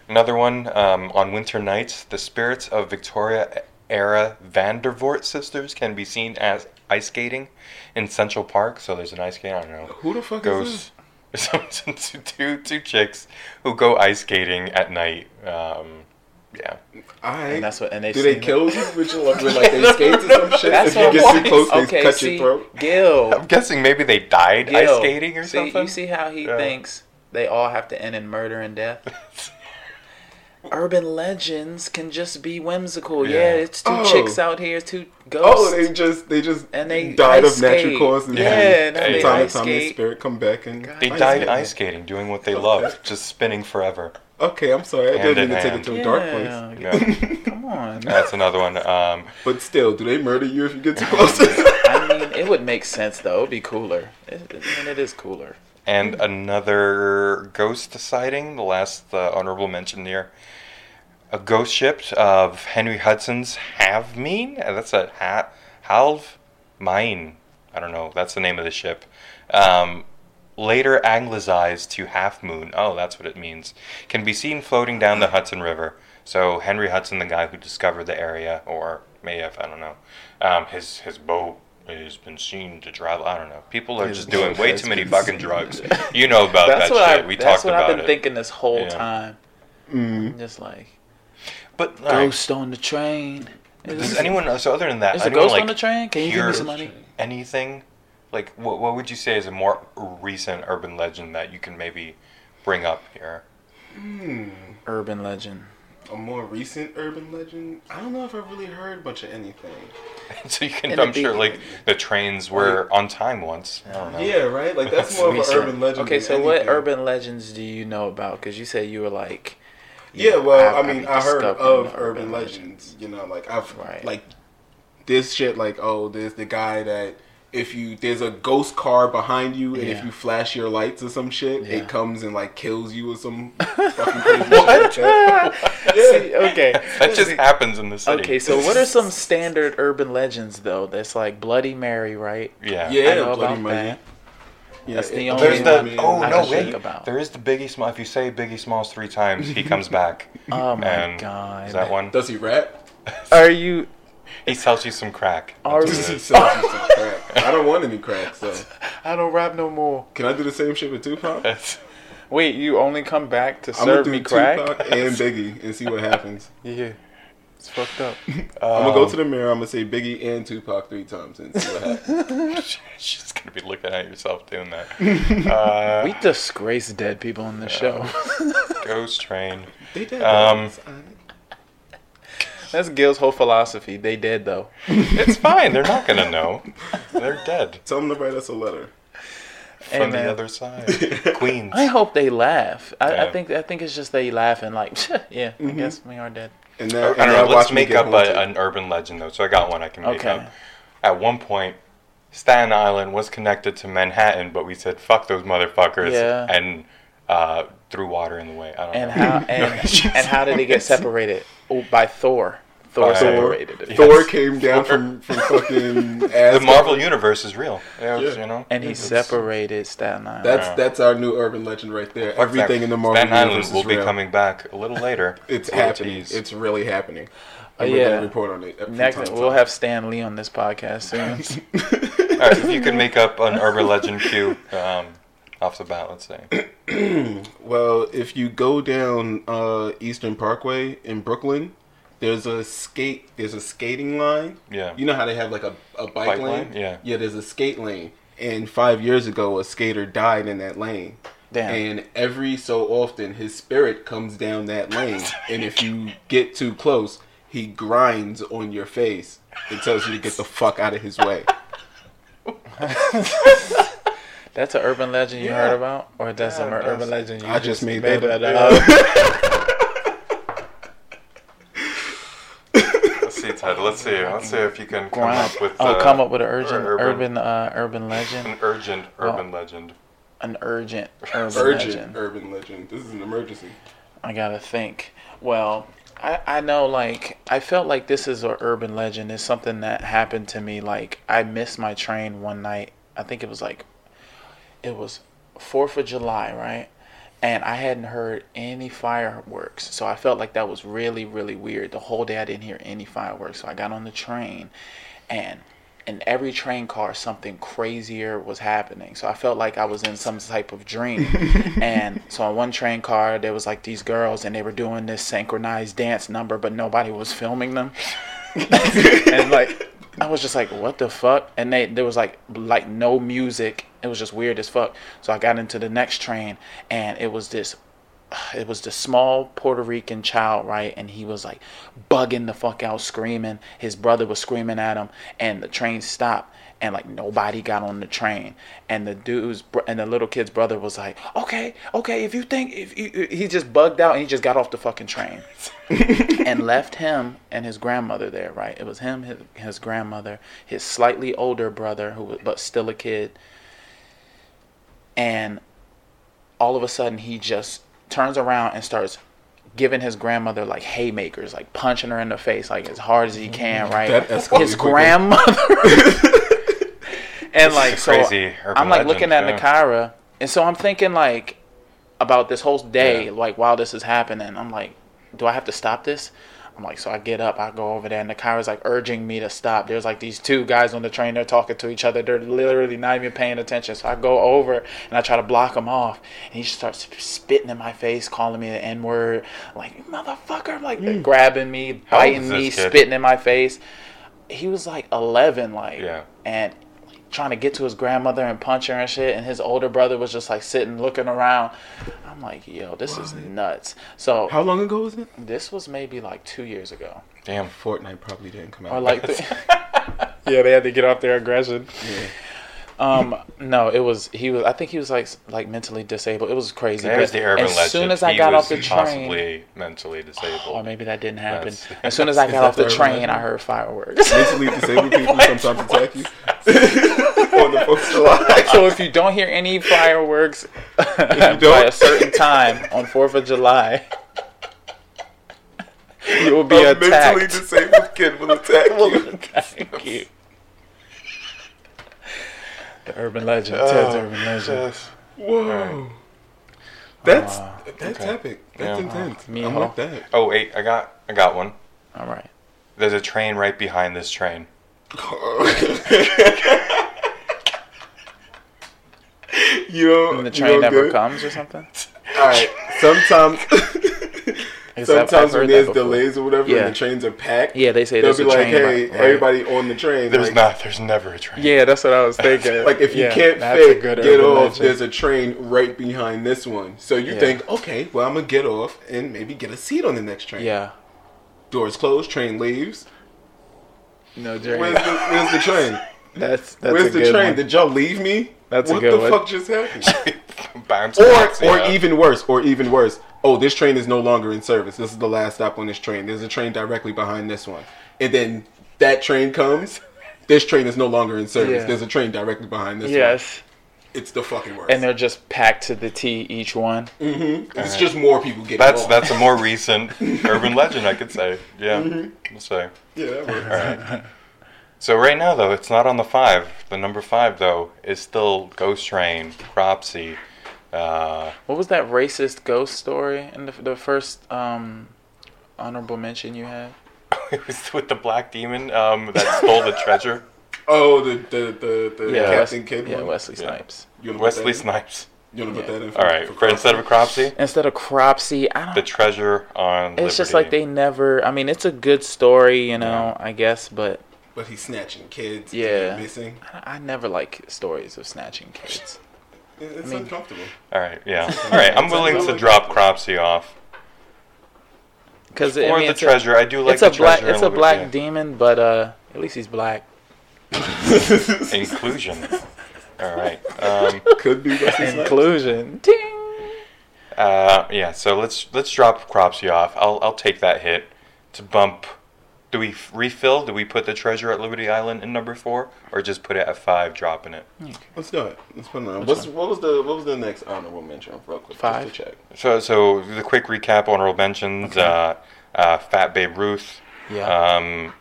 S3: another one um, on winter nights, the spirits of Victoria era Vandervoort sisters can be seen as ice skating in Central Park. So there's an ice skate. I don't know.
S5: Who the fuck is this?
S3: goes some some- two, two, two chicks who go ice skating at night. Um, yeah,
S5: I.
S4: And that's what. And they
S5: do they
S4: seen it.
S5: kill you with, your, with like they skates or some shit?
S4: That's
S5: if you
S4: what
S5: get
S4: I'm
S5: too close,
S4: okay,
S5: they cut
S4: see,
S5: your throat.
S4: Gil,
S3: I'm guessing maybe they died
S4: Gil,
S3: ice skating or
S4: see,
S3: something.
S4: You see how he
S3: Yeah.
S4: thinks they all have to end in murder and death. Urban legends can just be whimsical. Yeah,
S3: Yeah.
S4: it's two
S5: Oh.
S4: chicks out here, two ghosts.
S5: Oh, they just they just
S4: And they
S5: died
S4: ice
S5: of natural
S4: skate.
S5: causes. and
S4: Yeah,
S5: then
S4: no,
S5: from
S3: they
S5: time
S4: ice
S5: to time, their
S4: skate.
S5: spirit come back and
S4: God.
S3: they
S4: Ice
S3: died
S5: skating.
S3: ice skating, doing what they loved, just spinning forever.
S5: Okay, I'm sorry, I
S3: Hand
S5: didn't
S3: in
S5: mean to take
S3: hand.
S5: it to a
S4: yeah.
S5: dark place.
S3: Yeah,
S4: Come on.
S3: that's another one. Um,
S5: But still, do they murder you if you get too close?
S4: I mean, it would make sense though. It'd be cooler. It, I mean, it is cooler.
S3: and another ghost sighting, the last uh, honorable mention here. A ghost ship of Henry Hudson's Have Mean? That's a ha- Halve Mine. I don't know. That's the name of the ship. Um, later anglicized to Half Moon. Oh, that's what it means. Can be seen floating down the Hudson River. So Henry Hudson, the guy who discovered the area, or may have, I don't know. Um, his his boat has been seen to travel. I don't know. People are just doing way too many fucking drugs. You know about
S4: That's
S3: that
S4: what
S3: shit.
S4: I.
S3: we
S4: that's
S3: talked
S4: what
S3: about
S4: I've been
S3: it.
S4: thinking this whole
S3: Yeah.
S4: time.
S5: Mm-hmm.
S4: I'm just like
S3: But oh, all right.
S4: ghost on the train.
S3: Does anyone so other than that?
S4: There's a
S3: anyone,
S4: ghost
S3: like,
S4: on the train? Can you give me
S3: hear
S4: some money?
S3: Anything? Like what? What would you say is a more recent urban legend that you can maybe bring up here?
S4: Urban legend.
S5: a more recent urban legend? I don't know if I've really heard much of anything.
S3: so you
S4: And
S3: can.
S4: it'd
S3: I'm sure
S4: be-
S3: like the trains were on time once. I don't know.
S5: Yeah, right. Like that's more of an
S4: Recent.
S5: urban legend.
S4: Okay,
S5: than
S4: so what
S5: anything.
S4: urban legends do you know about? Because you said you were like,
S5: Yeah, well, I,
S4: I've-
S5: mean,
S4: I've
S5: I heard
S4: discovered
S5: of
S4: the
S5: urban
S4: urban
S5: legends. You know, like I've
S4: Right.
S5: like There's shit like, oh, there's the guy that if you there's a ghost car behind you, and if
S4: Yeah.
S5: you flash your lights or some shit,
S4: Yeah.
S5: it comes and like kills you or some fucking crazy shit. like that.
S4: See, okay.
S3: That just happens in the city.
S4: Okay, so what are some standard urban legends though? That's like Bloody Mary, right?
S3: yeah.
S5: Yeah,
S4: I know
S5: Bloody
S4: about
S5: Mary.
S4: that.
S5: Yeah,
S4: That's the
S5: it-
S4: only
S3: There's
S4: Yeah,
S3: the
S4: I mean,
S3: oh
S4: I
S3: no
S4: can
S3: wait
S4: think about.
S3: there is the Biggie Small. If you say Biggie Smalls three times, he comes back.
S4: Oh my
S3: and
S4: god.
S3: is that one?
S5: Does he rap?
S4: Are you
S3: He sells you some crack.
S4: Are
S3: That's
S4: we-
S3: what it
S5: He
S3: is.
S5: sells you some crack. I don't want any crack, so
S4: I don't rap no more.
S5: can I do the same shit with Tupac?
S3: That's-
S4: Wait, you only come back to
S5: I'm gonna
S4: Uh, serve
S5: do
S4: me crack?
S5: Tupac and Biggie and see what happens.
S4: Yeah. It's fucked up.
S5: I'm gonna go
S3: Um,
S5: to the mirror. I'm gonna say Biggie and Tupac three times and see what happens.
S3: She's gonna be looking at yourself doing that. Uh,
S4: We disgrace dead people on this show.
S3: Ghost Train.
S5: they did.
S3: Um,
S4: That's Gil's whole philosophy. They dead though.
S3: It's fine. They're not gonna know. They're dead
S5: Tell them to write us a letter.
S3: from
S4: Hey, man.
S3: the other side. Queens.
S4: I hope they laugh. I, I
S3: Yeah.
S4: think I think it's just they laughing like yeah. I guess
S5: Mm-hmm.
S4: we are dead.
S5: And
S3: I
S5: then,
S3: don't
S5: and then
S3: know. Let's
S5: watch me
S3: make
S5: get
S3: up a,
S5: haunted.
S3: an urban legend though. So I got one I can make
S4: Okay.
S3: up. At one point, Staten Island was connected to Manhattan, but we said fuck those motherfuckers
S4: Yeah.
S3: and uh, threw water in the way. I don't
S4: And
S3: know.
S4: how and, and how did they get separated? Oh, by Thor. Thor
S3: By-
S4: separated it.
S5: Thor came down from from fucking
S3: the
S5: Asgard.
S3: Marvel universe is real. It was,
S5: Yeah.
S3: You know.
S4: And he separated Staten Island.
S5: That's that's our new urban legend right there. Everything in the Marvel
S3: Staten Island
S5: universe
S3: will
S5: is
S3: be
S5: real.
S3: coming back a little later.
S5: It's
S3: Little
S5: happening.
S3: tease.
S5: It's really happening.
S4: Oh,
S5: And we're
S4: yeah.
S5: gonna report on it. from time
S4: Next,
S5: to
S4: we'll
S5: time.
S4: have Stan Lee on this podcast soon.
S3: All right, uh, if you can make up an urban legend cue um, off the bat, let's say.
S5: Well, if you go down uh, Eastern Parkway in Brooklyn, there's a skate. There's a skating line.
S3: Yeah.
S5: You know how they have like a, a bike,
S3: Bike
S5: lane?
S3: lane? Yeah.
S5: Yeah. There's a skate lane, and five years ago, a skater died in that lane.
S4: Damn.
S5: And every so often, his spirit comes down that lane, and if you get too close, he grinds on your face and tells you to get the fuck out of his way.
S4: That's an urban legend you heard about, or that's an
S3: that's-
S4: urban legend you
S5: I just made that
S3: Let's see, Ted. Let's see. Let's see if you can come
S4: Grind.
S3: up with.
S4: oh,
S3: uh,
S4: come up with an urgent,
S3: urban-
S4: urban, uh, urban legend,
S3: An urgent urban legend.
S4: an urgent, urban
S5: Urgent
S4: legend.
S5: urban legend. This is an emergency.
S4: I gotta think. Well, I, I know like I felt like this is an urban legend. It's something that happened to me. Like I missed my train one night. I think it was like it was Fourth of July, right? And I hadn't heard any fireworks, so I felt like that was really, really weird. The whole day I didn't hear any fireworks, so I got on the train, and in every train car something crazier was happening. So I felt like I was in some type of dream. and so on one train car there was like these girls, and they were doing this synchronized dance number, but nobody was filming them and like I was just like, what the fuck? And they there was like like no music. It was just weird as fuck. So I got into the next train, and it was this. It was this small Puerto Rican child, right? And he was like bugging the fuck out, screaming. His brother was screaming at him, and the train stopped, and like nobody got on the train. And the dude's br- and the little kid's brother was like, "Okay, okay, if you think if you," he just bugged out and he just got off the fucking train and left him and his grandmother there, right? It was him, his, his grandmother, his slightly older brother, who was, but still a kid. And all of a sudden, he just turns around and starts giving his grandmother like haymakers, like punching her in the face, like as hard as he can, right?
S5: That escalated
S4: his
S5: quickly.
S4: grandmother. and like,
S3: a
S4: so
S3: crazy urban
S4: I'm like
S3: legend,
S4: looking at
S3: yeah.
S4: Nakara, and so I'm thinking like, about this whole day,
S3: Yeah.
S4: like while this is happening. I'm like, do I have to stop this? I'm like, so I get up, I go over there, and the Kyra's like urging me to stop. There's like these two guys on the train, they're talking to each other, they're literally not even paying attention. So I go over and I try to block him off, and he just starts spitting in my face, calling me the N word, like motherfucker, like grabbing me,
S3: How old
S4: biting
S3: is
S4: me,
S3: this kid?
S4: spitting in my face. He was like 11, like,
S3: Yeah.
S4: and trying to get to his grandmother and punch her and shit. And his older brother was just like sitting looking around. I'm like, yo, this is nuts. So
S5: How long ago was it?
S4: this was maybe like two years ago,
S3: Damn.
S5: Fortnite probably didn't come out.
S4: or like. yeah, they had to get off their aggression. Um, no, it was he was. I think he was like s- like mentally disabled. It was crazy.
S3: There's
S4: but
S3: the urban
S4: as
S3: legend.
S4: soon as I
S3: he
S4: got
S3: was
S4: off the train, Oh,
S3: possibly mentally disabled.
S4: or maybe that didn't happen.
S3: That's-
S4: As soon as I
S5: Is
S4: got
S5: that
S4: off the
S5: the urban
S4: train,
S5: legend?
S4: I heard fireworks.
S5: Mentally disabled people sometimes attack you. On the Fourth of July.
S4: so if you don't hear any fireworks by
S5: don't-
S4: a certain time on Fourth of July, you will be
S5: a mentally
S4: attacked.
S5: disabled kid will attack you.
S4: Thank you. The urban legend. Ted's
S5: Ah.
S4: urban legend.
S5: Whoa. That's that's
S3: okay.
S5: epic. That's
S3: Yeah.
S5: intense.
S4: Me
S5: I'm
S4: and
S5: like
S4: Ho.
S5: that.
S3: Oh wait, I got I got one.
S4: All right.
S3: There's a train right behind this train.
S5: you don't,
S4: And the
S5: you
S4: train
S5: don't
S4: never
S5: get it?
S4: comes or something.
S5: All right. Sometimes,
S4: I've- I've
S5: sometimes
S4: heard
S5: when
S4: that
S5: there's
S4: before.
S5: delays or whatever,
S4: Yeah.
S5: and the trains are packed.
S4: Yeah, they say
S5: they'll
S4: there's
S5: be
S4: a
S5: like,
S4: train.
S5: "Hey,
S4: right- right.
S5: everybody on the train."
S3: There's
S5: like,
S3: not. There's never a train.
S4: Yeah, that's what I was thinking.
S5: Like if you
S4: Yeah,
S5: can't
S4: that's a
S5: fit,
S4: good
S5: get
S4: urban
S5: off.
S4: legend.
S5: There's a train right behind this one, so you
S4: Yeah.
S5: think, okay, well, I'm gonna get off and maybe get a seat on the next train.
S4: yeah.
S5: Doors closed, train leaves.
S4: No, Jerry.
S5: Where's the, where's the train?
S4: that's that's a
S5: where's the
S4: good
S5: train?
S4: one.
S5: Did y'all leave me?
S4: That's a
S5: what
S4: good
S5: the
S4: one.
S5: fuck just happened?
S3: Bounce backs,
S5: or or
S3: yeah.
S5: even worse, or even worse. Oh, this train is no longer in service. This is the last stop on this train. There's a train directly behind this one, and then that train comes. This train is no longer in service.
S4: Yeah.
S5: There's a train directly behind this one.
S4: yes.
S5: It's the fucking worst.
S4: And they're just packed to the T each one.
S5: it's just more people getting
S3: That's
S5: off.
S3: that's a more recent urban legend, I could say. Yeah, we'll say.
S5: yeah. That works.
S3: So right now, though, it's not on the five. The number five, though, is still Ghost Train, Cropsy. Uh,
S4: What was that racist ghost story in the, the first um, honorable mention you had?
S3: it was with the black demon um, that stole the treasure.
S5: Oh, the the the, the Captain
S4: Wes-
S5: Kidd.
S4: Yeah,
S5: one?
S4: Wesley
S3: Yeah.
S4: Snipes.
S5: You wanna put
S3: Wesley
S5: that in?
S3: Snipes.
S5: You wanna put
S4: Yeah.
S5: that in?
S3: All right, for instead of Cropsy,
S4: Instead of Cropsy, I don't.
S3: the treasure on.
S4: it's just like they never. I mean, it's a good story, you know. I guess, but
S5: But he's snatching kids. that
S4: Yeah.
S5: are missing.
S4: I I never like stories of snatching kids.
S5: It- It's uncomfortable.
S3: All right, yeah. All right, I'm willing to drop Cropsy off.
S4: Because
S3: Or the treasure. I do like
S4: it's
S3: the
S4: a black.
S3: treasure
S4: It's
S3: and
S4: a
S3: Liber-
S4: black
S3: yeah.
S4: demon, but uh, at least he's black.
S3: Inclusion. All right. Um,
S5: Could be Wesley Snipes.
S4: Inclusion. Ding.
S3: Uh, yeah. So let's let's drop Cropsy off. I'll I'll take that hit to bump. Do we f- refill? Do we put the treasure at Liberty Island in number four, or just put it at five, dropping it?
S5: Let's do it. Let's put it on. What's, what was the what was the next honorable mention? Real quick,
S4: Five.
S5: Just to check.
S3: So so the quick recap: honorable mentions, uh, uh, Fat Babe Ruth,
S4: Yeah.
S3: um,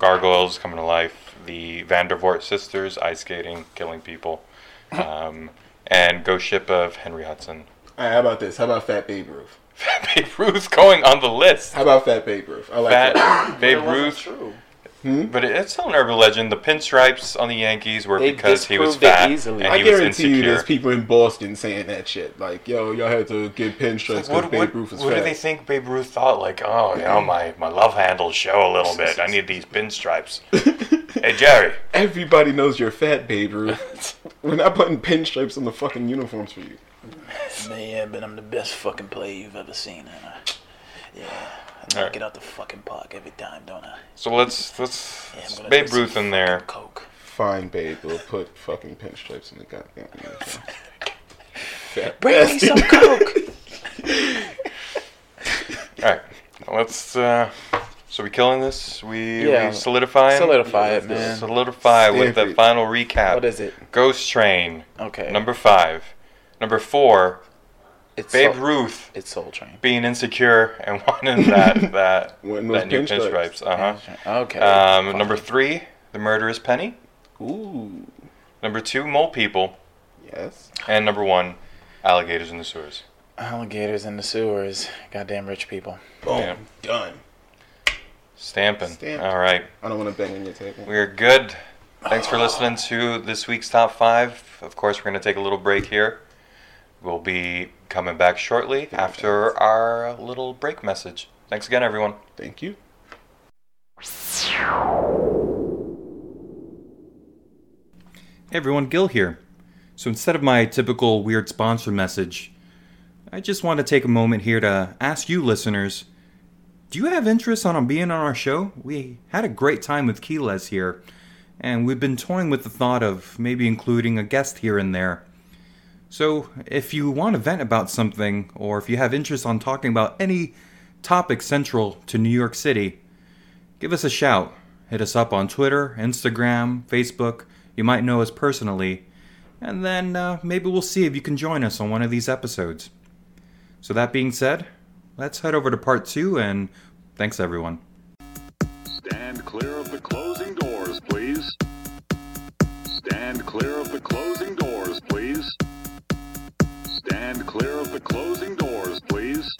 S3: Gargoyles coming to life, the Vandervoort sisters ice skating, killing people, um, and Ghost Ship of Henry Hudson.
S5: All right, how about this? How about Fat Babe Ruth?
S3: Fat Babe Ruth going on the list.
S5: How about Fat Babe Ruth? I like that.
S3: Fat Babe Ruth.
S4: True.
S3: But it- it's still an urban legend. The pinstripes on the Yankees were
S4: They
S3: because he was
S4: disproved it
S3: fat
S4: easily.
S3: and
S5: I
S3: he was
S5: guarantee you,
S3: insecure.
S5: there's people in Boston saying that shit. Like, yo, y'all had to get pinstripes because
S3: What,
S5: Babe
S3: what,
S5: Ruth was
S3: what do
S5: fat.
S3: they think Babe Ruth thought? Like, oh, you know, my, my love handles show a little bit. I need these pinstripes. hey, Jerry.
S5: Everybody knows you're fat, Babe Ruth. We're not putting pinstripes on the fucking uniforms for you.
S4: Yeah, but I'm the best fucking player you've ever seen. And I, yeah, I
S3: Alright.
S4: out the fucking park every time, don't I?
S3: So let's let's
S4: Yeah, I'm
S3: let's
S4: gonna
S3: Babe
S4: do some
S3: Ruth in there.
S4: Coke.
S5: Fine, Babe. We'll put fucking pinstripes on the goddamn uniform. Fat
S4: Bring me some Coke.
S3: All right, let's. Uh, so we killing this? We,
S4: Yeah.
S3: we solidifying.
S4: Solidify it, man.
S3: Solidify with the
S5: Stanford.
S3: final recap.
S4: What is it?
S3: Ghost Train.
S4: Okay.
S3: Number five. Number four.
S4: it's
S3: Babe
S4: Soul-
S3: Ruth.
S4: It's Soul Train.
S3: being insecure and wanting that that,
S5: Wanting those
S3: that new
S5: pinstripes.
S3: pinstripes. Uh
S4: Okay.
S3: huh. Um,
S4: fine.
S3: number three, the murderous penny.
S5: Ooh.
S3: Number two, mole people,
S5: Yes.
S3: and number one, alligators in the sewers.
S4: alligators in the sewers. Goddamn rich people.
S5: Boom.
S3: Yeah.
S5: Oh, Done.
S3: Stamping.
S5: Stamped.
S3: All right,
S5: I don't want to bang on your table.
S3: we're good. Thanks for listening to this week's top five. Of course, we're gonna take a little break here. We'll be coming back shortly after our little break message. Thanks again, everyone.
S5: Thank you.
S3: Hey everyone, Gil here. So instead of my typical weird sponsor message, I just want to take a moment here to ask you listeners do you have interest on being on our show? We had a great time with Keyless here,
S6: and we've been toying with the thought of maybe including a guest here and there. So, if you want to vent about something, or if you have interest on talking about any topic central to New York City, give us a shout. Hit us up on Twitter, Instagram, Facebook. You might know us personally. And then uh, maybe we'll see if you can join us on one of these episodes. So, that being said, let's head over to part two, and thanks everyone.
S2: Stand clear of the closing doors, please. Stand clear of the closing doors, please. Stand clear of the closing doors, please.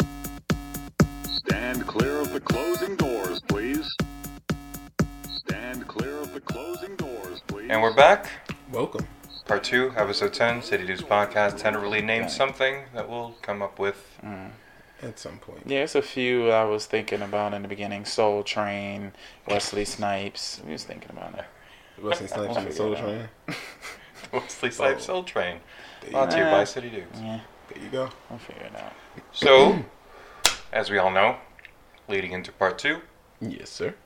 S2: Stand clear of the closing doors, please. Stand clear of the closing doors, please.
S3: And we're back.
S5: Welcome.
S3: Part two, episode 10, City News Podcast, tentatively named something that we'll come up with.
S5: At some point.
S4: Yeah, it's a few I was thinking about in the beginning. Soul Train, Wesley Snipes. We was thinking about that.
S5: Wesley Snipes and Soul Train.
S3: Wesley Snipes Soul Train.
S5: There
S3: Brought
S5: you,
S3: to you by City News.
S4: Yeah,
S5: there you go.
S4: I'll figure it out.
S3: So, as we all know, leading into part two,
S5: Yes, sir.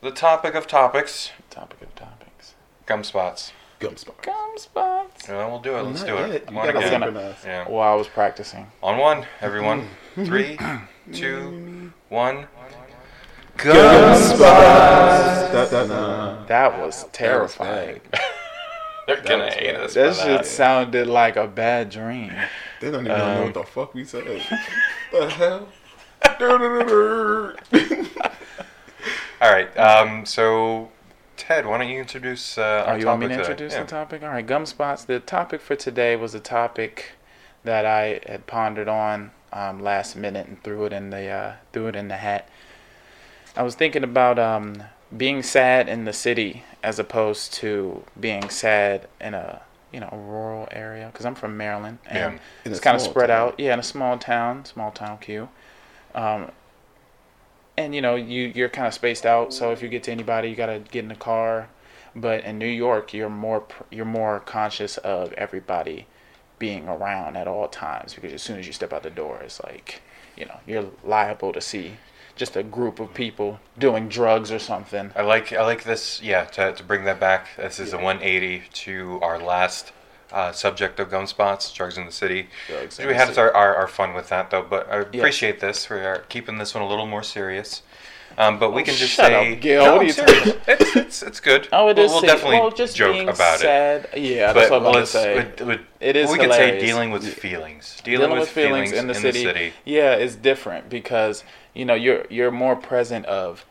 S3: the topic of topics,
S4: Topic of topics.
S3: gum spots.
S5: Gum spot.
S4: Gum spots.
S3: Yeah, we'll do it. Let's
S5: Not
S3: do it.
S5: yet. You
S3: One
S5: gotta
S3: again.
S5: synchronize.
S3: Yeah.
S4: Well, I was practicing.
S3: On one, everyone. Three, two, one.
S5: That, that, nah.
S4: That was terrifying.
S3: They're gonna hate us.
S4: That
S3: for
S4: shit
S3: that.
S4: sounded like a bad dream.
S5: They don't even know what the fuck we said. the hell? Dur-dur-dur-dur.
S3: All right. Um, so, Ted, why don't you introduce? Uh,
S4: Oh,
S3: our
S4: you want me to
S3: topic today?
S4: introduce
S3: Yeah.
S4: the topic? All right, gum spots. The topic for today was a topic that I had pondered on um, last minute and threw it in the uh, threw it in the hat. I was thinking about um, being sad in the city as opposed to being sad in a you know a rural area because I'm from Maryland and
S3: Yeah.
S5: In
S4: it's
S5: a
S4: kind of
S5: small
S4: spread
S5: town.
S4: out. Yeah, in a small town, small town Q. Um, and you know you you're kind of spaced out, so if you get to anybody, you gotta get in the car. But in New York, you're more pr- you're more conscious of everybody being around at all times because as soon as you step out the door, it's like you know you're liable to see just a group of people doing drugs or something.
S3: I like I like this. Yeah, to, to bring that back. This is a 180 to our last uh, subject of gum spots, drugs in the city.
S4: Drugs in
S3: we
S4: the
S3: had
S4: city.
S3: our, our, our fun with that though, but I appreciate this. We are keeping this one a little more serious. Um, but we can just
S4: Oh, shut
S3: say,
S4: up, Gil.
S3: No,
S4: What are
S3: I'm
S4: you
S3: serious. it's, it's it's good.
S4: Oh, it
S3: we'll,
S4: is
S3: We'll
S4: sick.
S3: definitely
S4: well, just
S3: joke
S4: being
S3: about it.
S4: sad. Yeah, that's
S3: But
S4: what I'm about to
S3: let's,
S4: say.
S3: it, it,
S4: It is
S3: We could say
S4: hilarious.
S3: dealing with feelings. Dealing,
S4: dealing, with feelings, in, the, city, yeah is different because you know you're you're more present of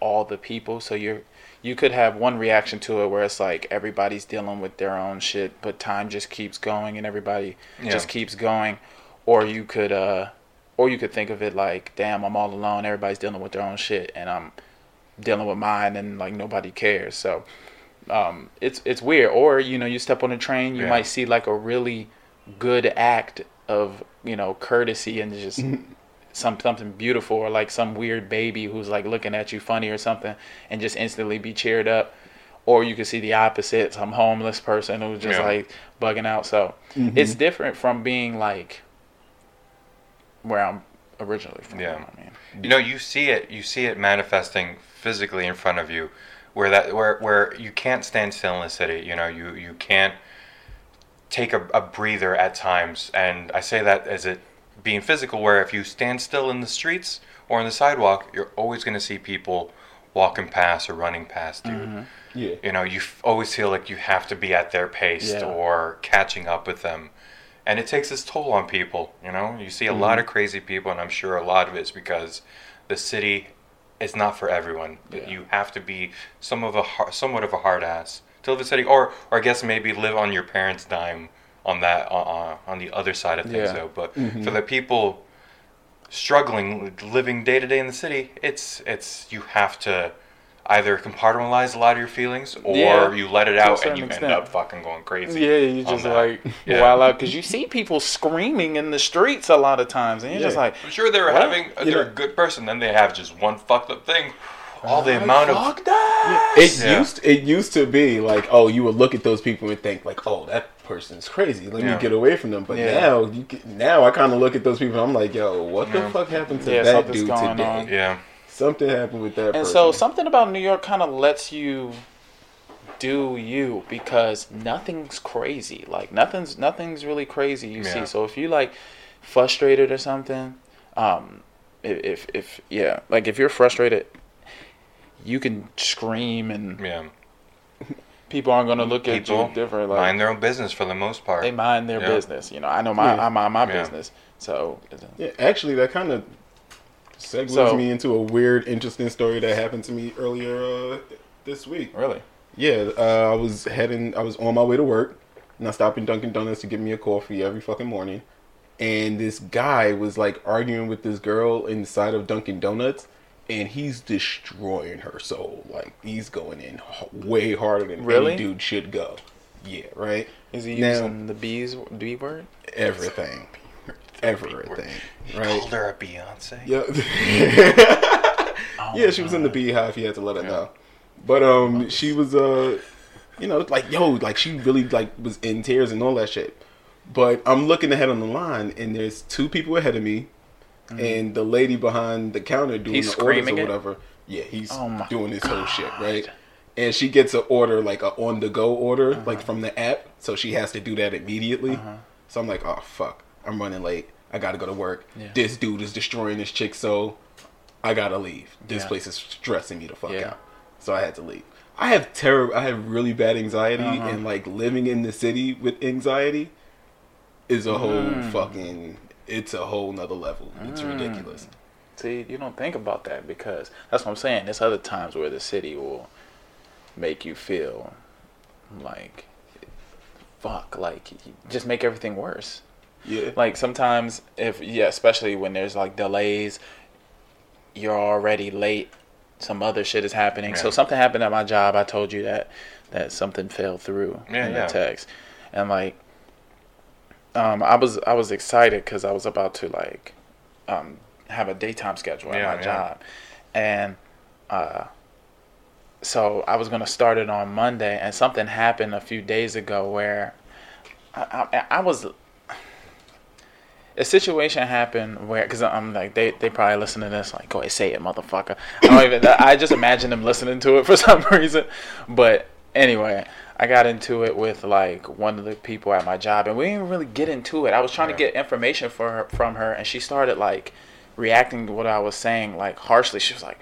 S4: all the people so you're you could have one reaction to it where it's like everybody's dealing with their own shit but time just keeps going and everybody just
S3: Yeah.
S4: keeps going or you could uh or you could think of it like damn I'm all alone everybody's dealing with their own shit and I'm dealing with mine and like nobody cares so um, it's it's weird. Or you know, you step on a train, you
S3: Yeah.
S4: might see like a really good act of you know courtesy and just some something beautiful, or like some weird baby who's like looking at you funny or something, and just instantly be cheered up. Or you can see the opposite, some homeless person who's just
S3: Yeah. Mm-hmm.
S4: like bugging out. So it's different from being like where I'm originally from.
S3: Yeah.
S4: I mean,
S3: You know, you see it. You see it manifesting physically in front of you, where that where where you can't stand still in the city. You know, you you can't take a, a breather at times. And I say that as it being physical, where if you stand still in the streets or on the sidewalk, you're always going to see people walking past or running past you.
S5: yeah.
S3: You know, you f- always feel like you have to be at their pace
S4: Yeah.
S3: or catching up with them. And it takes its toll on people, you know? You see a
S4: Mm-hmm.
S3: lot of crazy people, and I'm sure a lot of it's because the city is not for everyone. You have to be some of a har- somewhat of a hard ass to live in the city, or, or I guess maybe live on your parents' dime on that, uh, on the other side of things,
S4: Yeah. Mm-hmm.
S3: though. But for the people struggling living day to day in the city it's it's you have to either compartmentalize a lot of your feelings or
S4: Yeah,
S3: you let it
S4: a
S3: out and
S4: certain
S3: you
S4: extent.
S3: end up fucking going crazy
S4: Yeah, you
S3: on
S4: just
S3: that.
S4: like
S3: Yeah.
S4: wild out because you see people screaming in the streets a lot of times, and you're just
S5: Yeah.
S4: like,
S3: i'm sure they were
S4: What?
S3: having they're a
S5: Yeah.
S3: good person then they have just one fucked up thing all the amount of
S4: "Fuck that!"
S5: It
S3: Yeah.
S5: used it used to be like, oh, you would look at those people and think like, oh, that person's crazy. Let
S3: Yeah.
S5: me get away from them. But
S4: Yeah.
S5: now, you get, now I kind of look at those people. and I'm like, yo, what the fuck happened to
S4: Yeah,
S5: that
S4: something's
S5: dude
S4: going
S5: today?
S4: on.
S3: yeah
S5: Something happened with that
S4: And
S5: person.
S4: so something about New York kind of lets you do you because nothing's crazy. Like nothing's nothing's really crazy you
S3: Yeah.
S4: see. So if you like frustrated or something, um if, if if yeah, like if you're frustrated you can scream and
S3: Yeah.
S4: people aren't gonna look at
S3: Mm, People
S4: you different. Like
S3: mind their own business for the most part.
S4: they mind their
S3: Yeah.
S4: business. You know, I know my
S5: Yeah.
S4: I mind my
S3: Yeah.
S4: business. So
S5: Yeah, actually, that kind of segues
S4: So-
S5: me into a weird, interesting story that happened to me earlier uh, this week.
S4: really,
S5: Yeah, uh, I was heading. I was on my way to work, and I stopped in Dunkin' Donuts to get me a coffee every fucking morning. And this guy was like arguing with this girl inside of Dunkin' Donuts, and he's destroying her soul. Like he's going in h- way harder than
S4: Really?
S5: any dude should go. Yeah, right.
S4: is he
S5: Now-
S4: using the bees B word?
S5: Everything, everything, right?
S3: Called her a Beyonce.
S5: Yeah. yeah, she was in the beehive. He had to let it know. But um, she was uh, you know, like yo, like she really like was in tears and all that shit. But I'm looking ahead on the line, and there's two people ahead of me, and the lady behind the counter
S4: Mm-hmm.
S5: doing
S4: He's
S5: the orders or
S4: screaming it?
S5: whatever. Yeah, he's
S4: Oh my
S5: doing his whole shit right. And she gets an order like a on the go order
S4: Uh-huh.
S5: like from the app, so she has to do that immediately. So I'm like, oh fuck, I'm running late. I gotta go to work.
S4: Yeah.
S5: This dude is destroying this chick, so I gotta leave. This
S4: Yeah.
S5: place is stressing me the fuck
S4: Yeah.
S5: out. So I had to leave. I have terror. I have really bad anxiety,
S4: Uh-huh.
S5: and like living in the city with anxiety is a whole
S4: Mm.
S5: fucking. It's a whole nother level. It's ridiculous.
S4: See, you don't think about that because that's what I'm saying. There's other times where the city will make you feel like fuck, like you- just make everything worse.
S5: Yeah.
S4: Like sometimes if yeah, especially when there's like delays, you're already late. Some other shit is happening. So
S3: Yeah.
S4: something happened at my job. I told you that that something fell through
S3: Yeah,
S4: in
S3: yeah.
S4: the text, and like, um, I was I was excited because I was about to like, um, have a daytime schedule at
S3: Yeah,
S4: my
S3: yeah.
S4: job, and uh, so I was gonna start it on Monday, and something happened a few days ago where I, I, I was a situation happened where because I'm like they they probably listen to this like go ahead say it motherfucker I don't even I just imagine them listening to it for some reason but anyway I got into it with like one of the people at my job and we didn't really get into it I was trying to get information for her, from her and she started like reacting to what I was saying like harshly she was like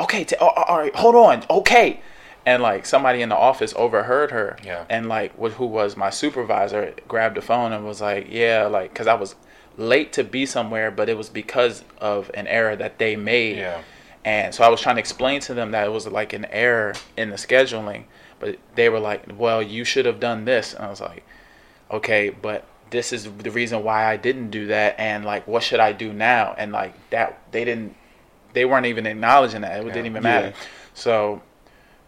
S4: okay t- all, all right hold on okay and like somebody in the office overheard her
S3: Yeah.
S4: and like what who was my supervisor grabbed the phone and was like yeah like because i was late to be somewhere but it was because of an error that they made
S3: Yeah.
S4: and so i was trying to explain to them that it was like an error in the scheduling but they were like well you should have done this and i was like okay, but this is the reason why I didn't do that, and like, what should I do now? And like that, they didn't, they weren't even acknowledging that. It didn't even matter.
S5: Yeah.
S4: So,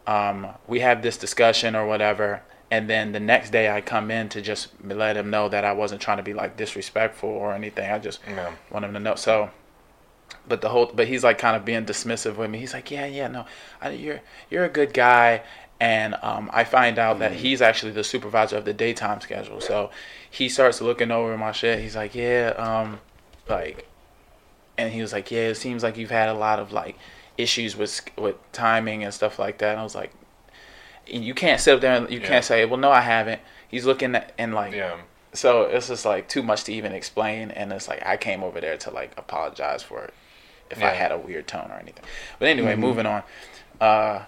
S4: um, we have this discussion or whatever, and then the next day I come in to just let him know that I wasn't trying to be like disrespectful or anything. I just
S3: Yeah.
S4: want him to know. So, but the whole but he's like kind of being dismissive with me he's like yeah yeah no I, you're you're a good guy and um, i find out that he's actually the supervisor of the daytime schedule so he starts looking over my shit he's like yeah um like and he was like yeah it seems like you've had a lot of like issues with sch- with timing and stuff like that and i was like and you can't sit up there and you
S3: Yeah.
S4: can't say well no i haven't he's looking at, and like
S3: Yeah.
S4: so it's just like too much to even explain, and it's like I came over there to like apologize for it if I
S3: Yeah. Mm-hmm.
S4: had a weird tone or anything. But anyway, moving on. Uh,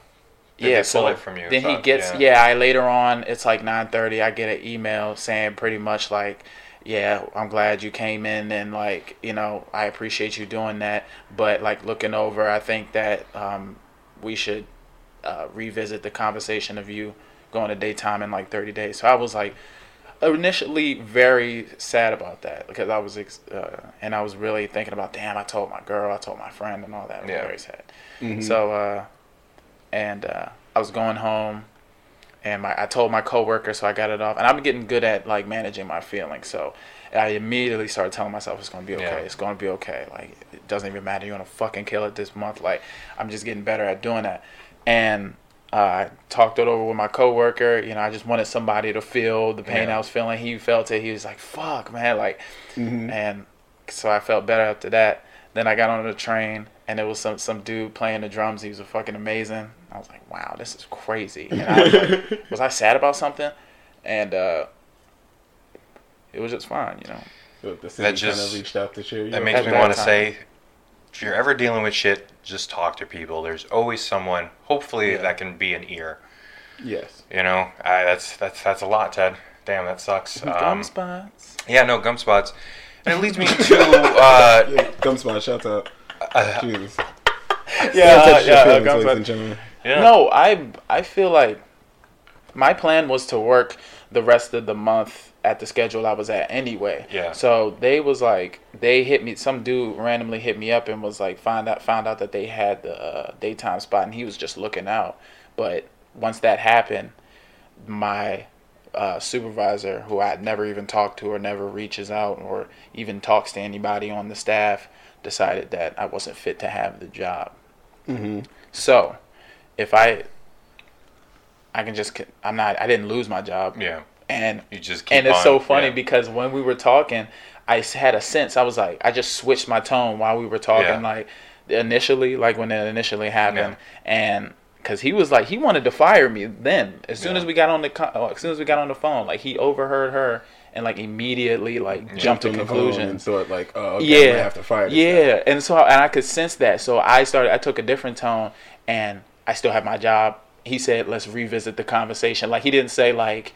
S3: Did
S4: yeah,
S3: they
S4: so
S3: pull it from you?
S4: then he
S3: So,
S4: gets
S3: yeah.
S4: yeah. I later on it's like nine thirty. I get an email saying pretty much like, yeah, I'm glad you came in and like you know I appreciate you doing that, but like looking over, I think that um, we should uh, revisit the conversation of you going to daytime in like 30 days. So I was like initially very sad about that because I was ex- uh, and I was really thinking about damn I told my girl I told my friend and all that. I was
S3: Yeah. Mm-hmm.
S4: very sad. So uh, and uh, I was going home and my I told my coworker, so I got it off. And I'm getting good at like managing my feelings, so I immediately started telling myself it's gonna be okay.
S3: Yeah.
S4: It's gonna be okay. Like it doesn't even matter. You're gonna fucking kill it this month. Like I'm just getting better at doing that. And uh, I talked it over with my coworker. You know, I just wanted somebody to feel the pain
S3: Yeah.
S4: I was feeling. He felt it. He was like, "Fuck, man!" Like, and so I felt better after that. Then I got on the train, and it was some some dude playing the drums. He was fucking amazing. I was like, wow, this is crazy. And I was, like, was I sad about something? And uh, it was just fine, you know.
S5: Look, The city kind of
S3: just-
S5: reached out to share.
S3: That
S5: your-
S3: makes
S4: at
S3: me
S4: that
S3: want to
S4: time.
S3: say, if you're ever dealing with shit, just talk to people. There's always someone. Hopefully, that can be an ear.
S5: yes.
S3: You know, I, that's that's that's a lot, Ted. Damn, that sucks. Um,
S4: Gum spots.
S3: yeah, no gum spots. And it leads me to uh,
S5: Yeah, gum spot. Shout out. Jesus.
S4: Uh, Yeah, uh,
S5: Touch your
S4: yeah, gum
S5: feelings, ladies
S4: spots.
S5: and gentlemen.
S3: yeah.
S4: No, I I feel like my plan was to work the rest of the month at the schedule I was at anyway.
S3: Yeah.
S4: So they was like they hit me some dude randomly hit me up and was like find out found out that they had the uh, daytime spot and he was just looking out. But once that happened, my uh, supervisor, who I had never even talked to or never reaches out or even talks to anybody on the staff, decided that I wasn't fit to have the job. So, if I, I can just, I'm not, I didn't lose my job.
S3: Yeah.
S4: And
S3: You just keep
S4: and it's so
S3: on,
S4: funny
S3: yeah.
S4: because when we were talking, I s- had a sense. I was like, I just switched my tone while we were talking,
S3: Yeah.
S4: like initially, like when it initially happened, and because he was like, he wanted to fire me then. As soon
S3: Yeah.
S4: as we got on the, co- oh, as soon as we got on the phone, like he overheard her and like immediately like jumped to
S5: On the phone
S4: conclusions
S5: and thought like, oh, okay, I'm
S4: yeah,
S5: gonna have to fire. This guy.
S4: yeah, and so and I could sense that. So I started. I took a different tone, and I still have my job. He said, "Let's revisit the conversation." Like he didn't say like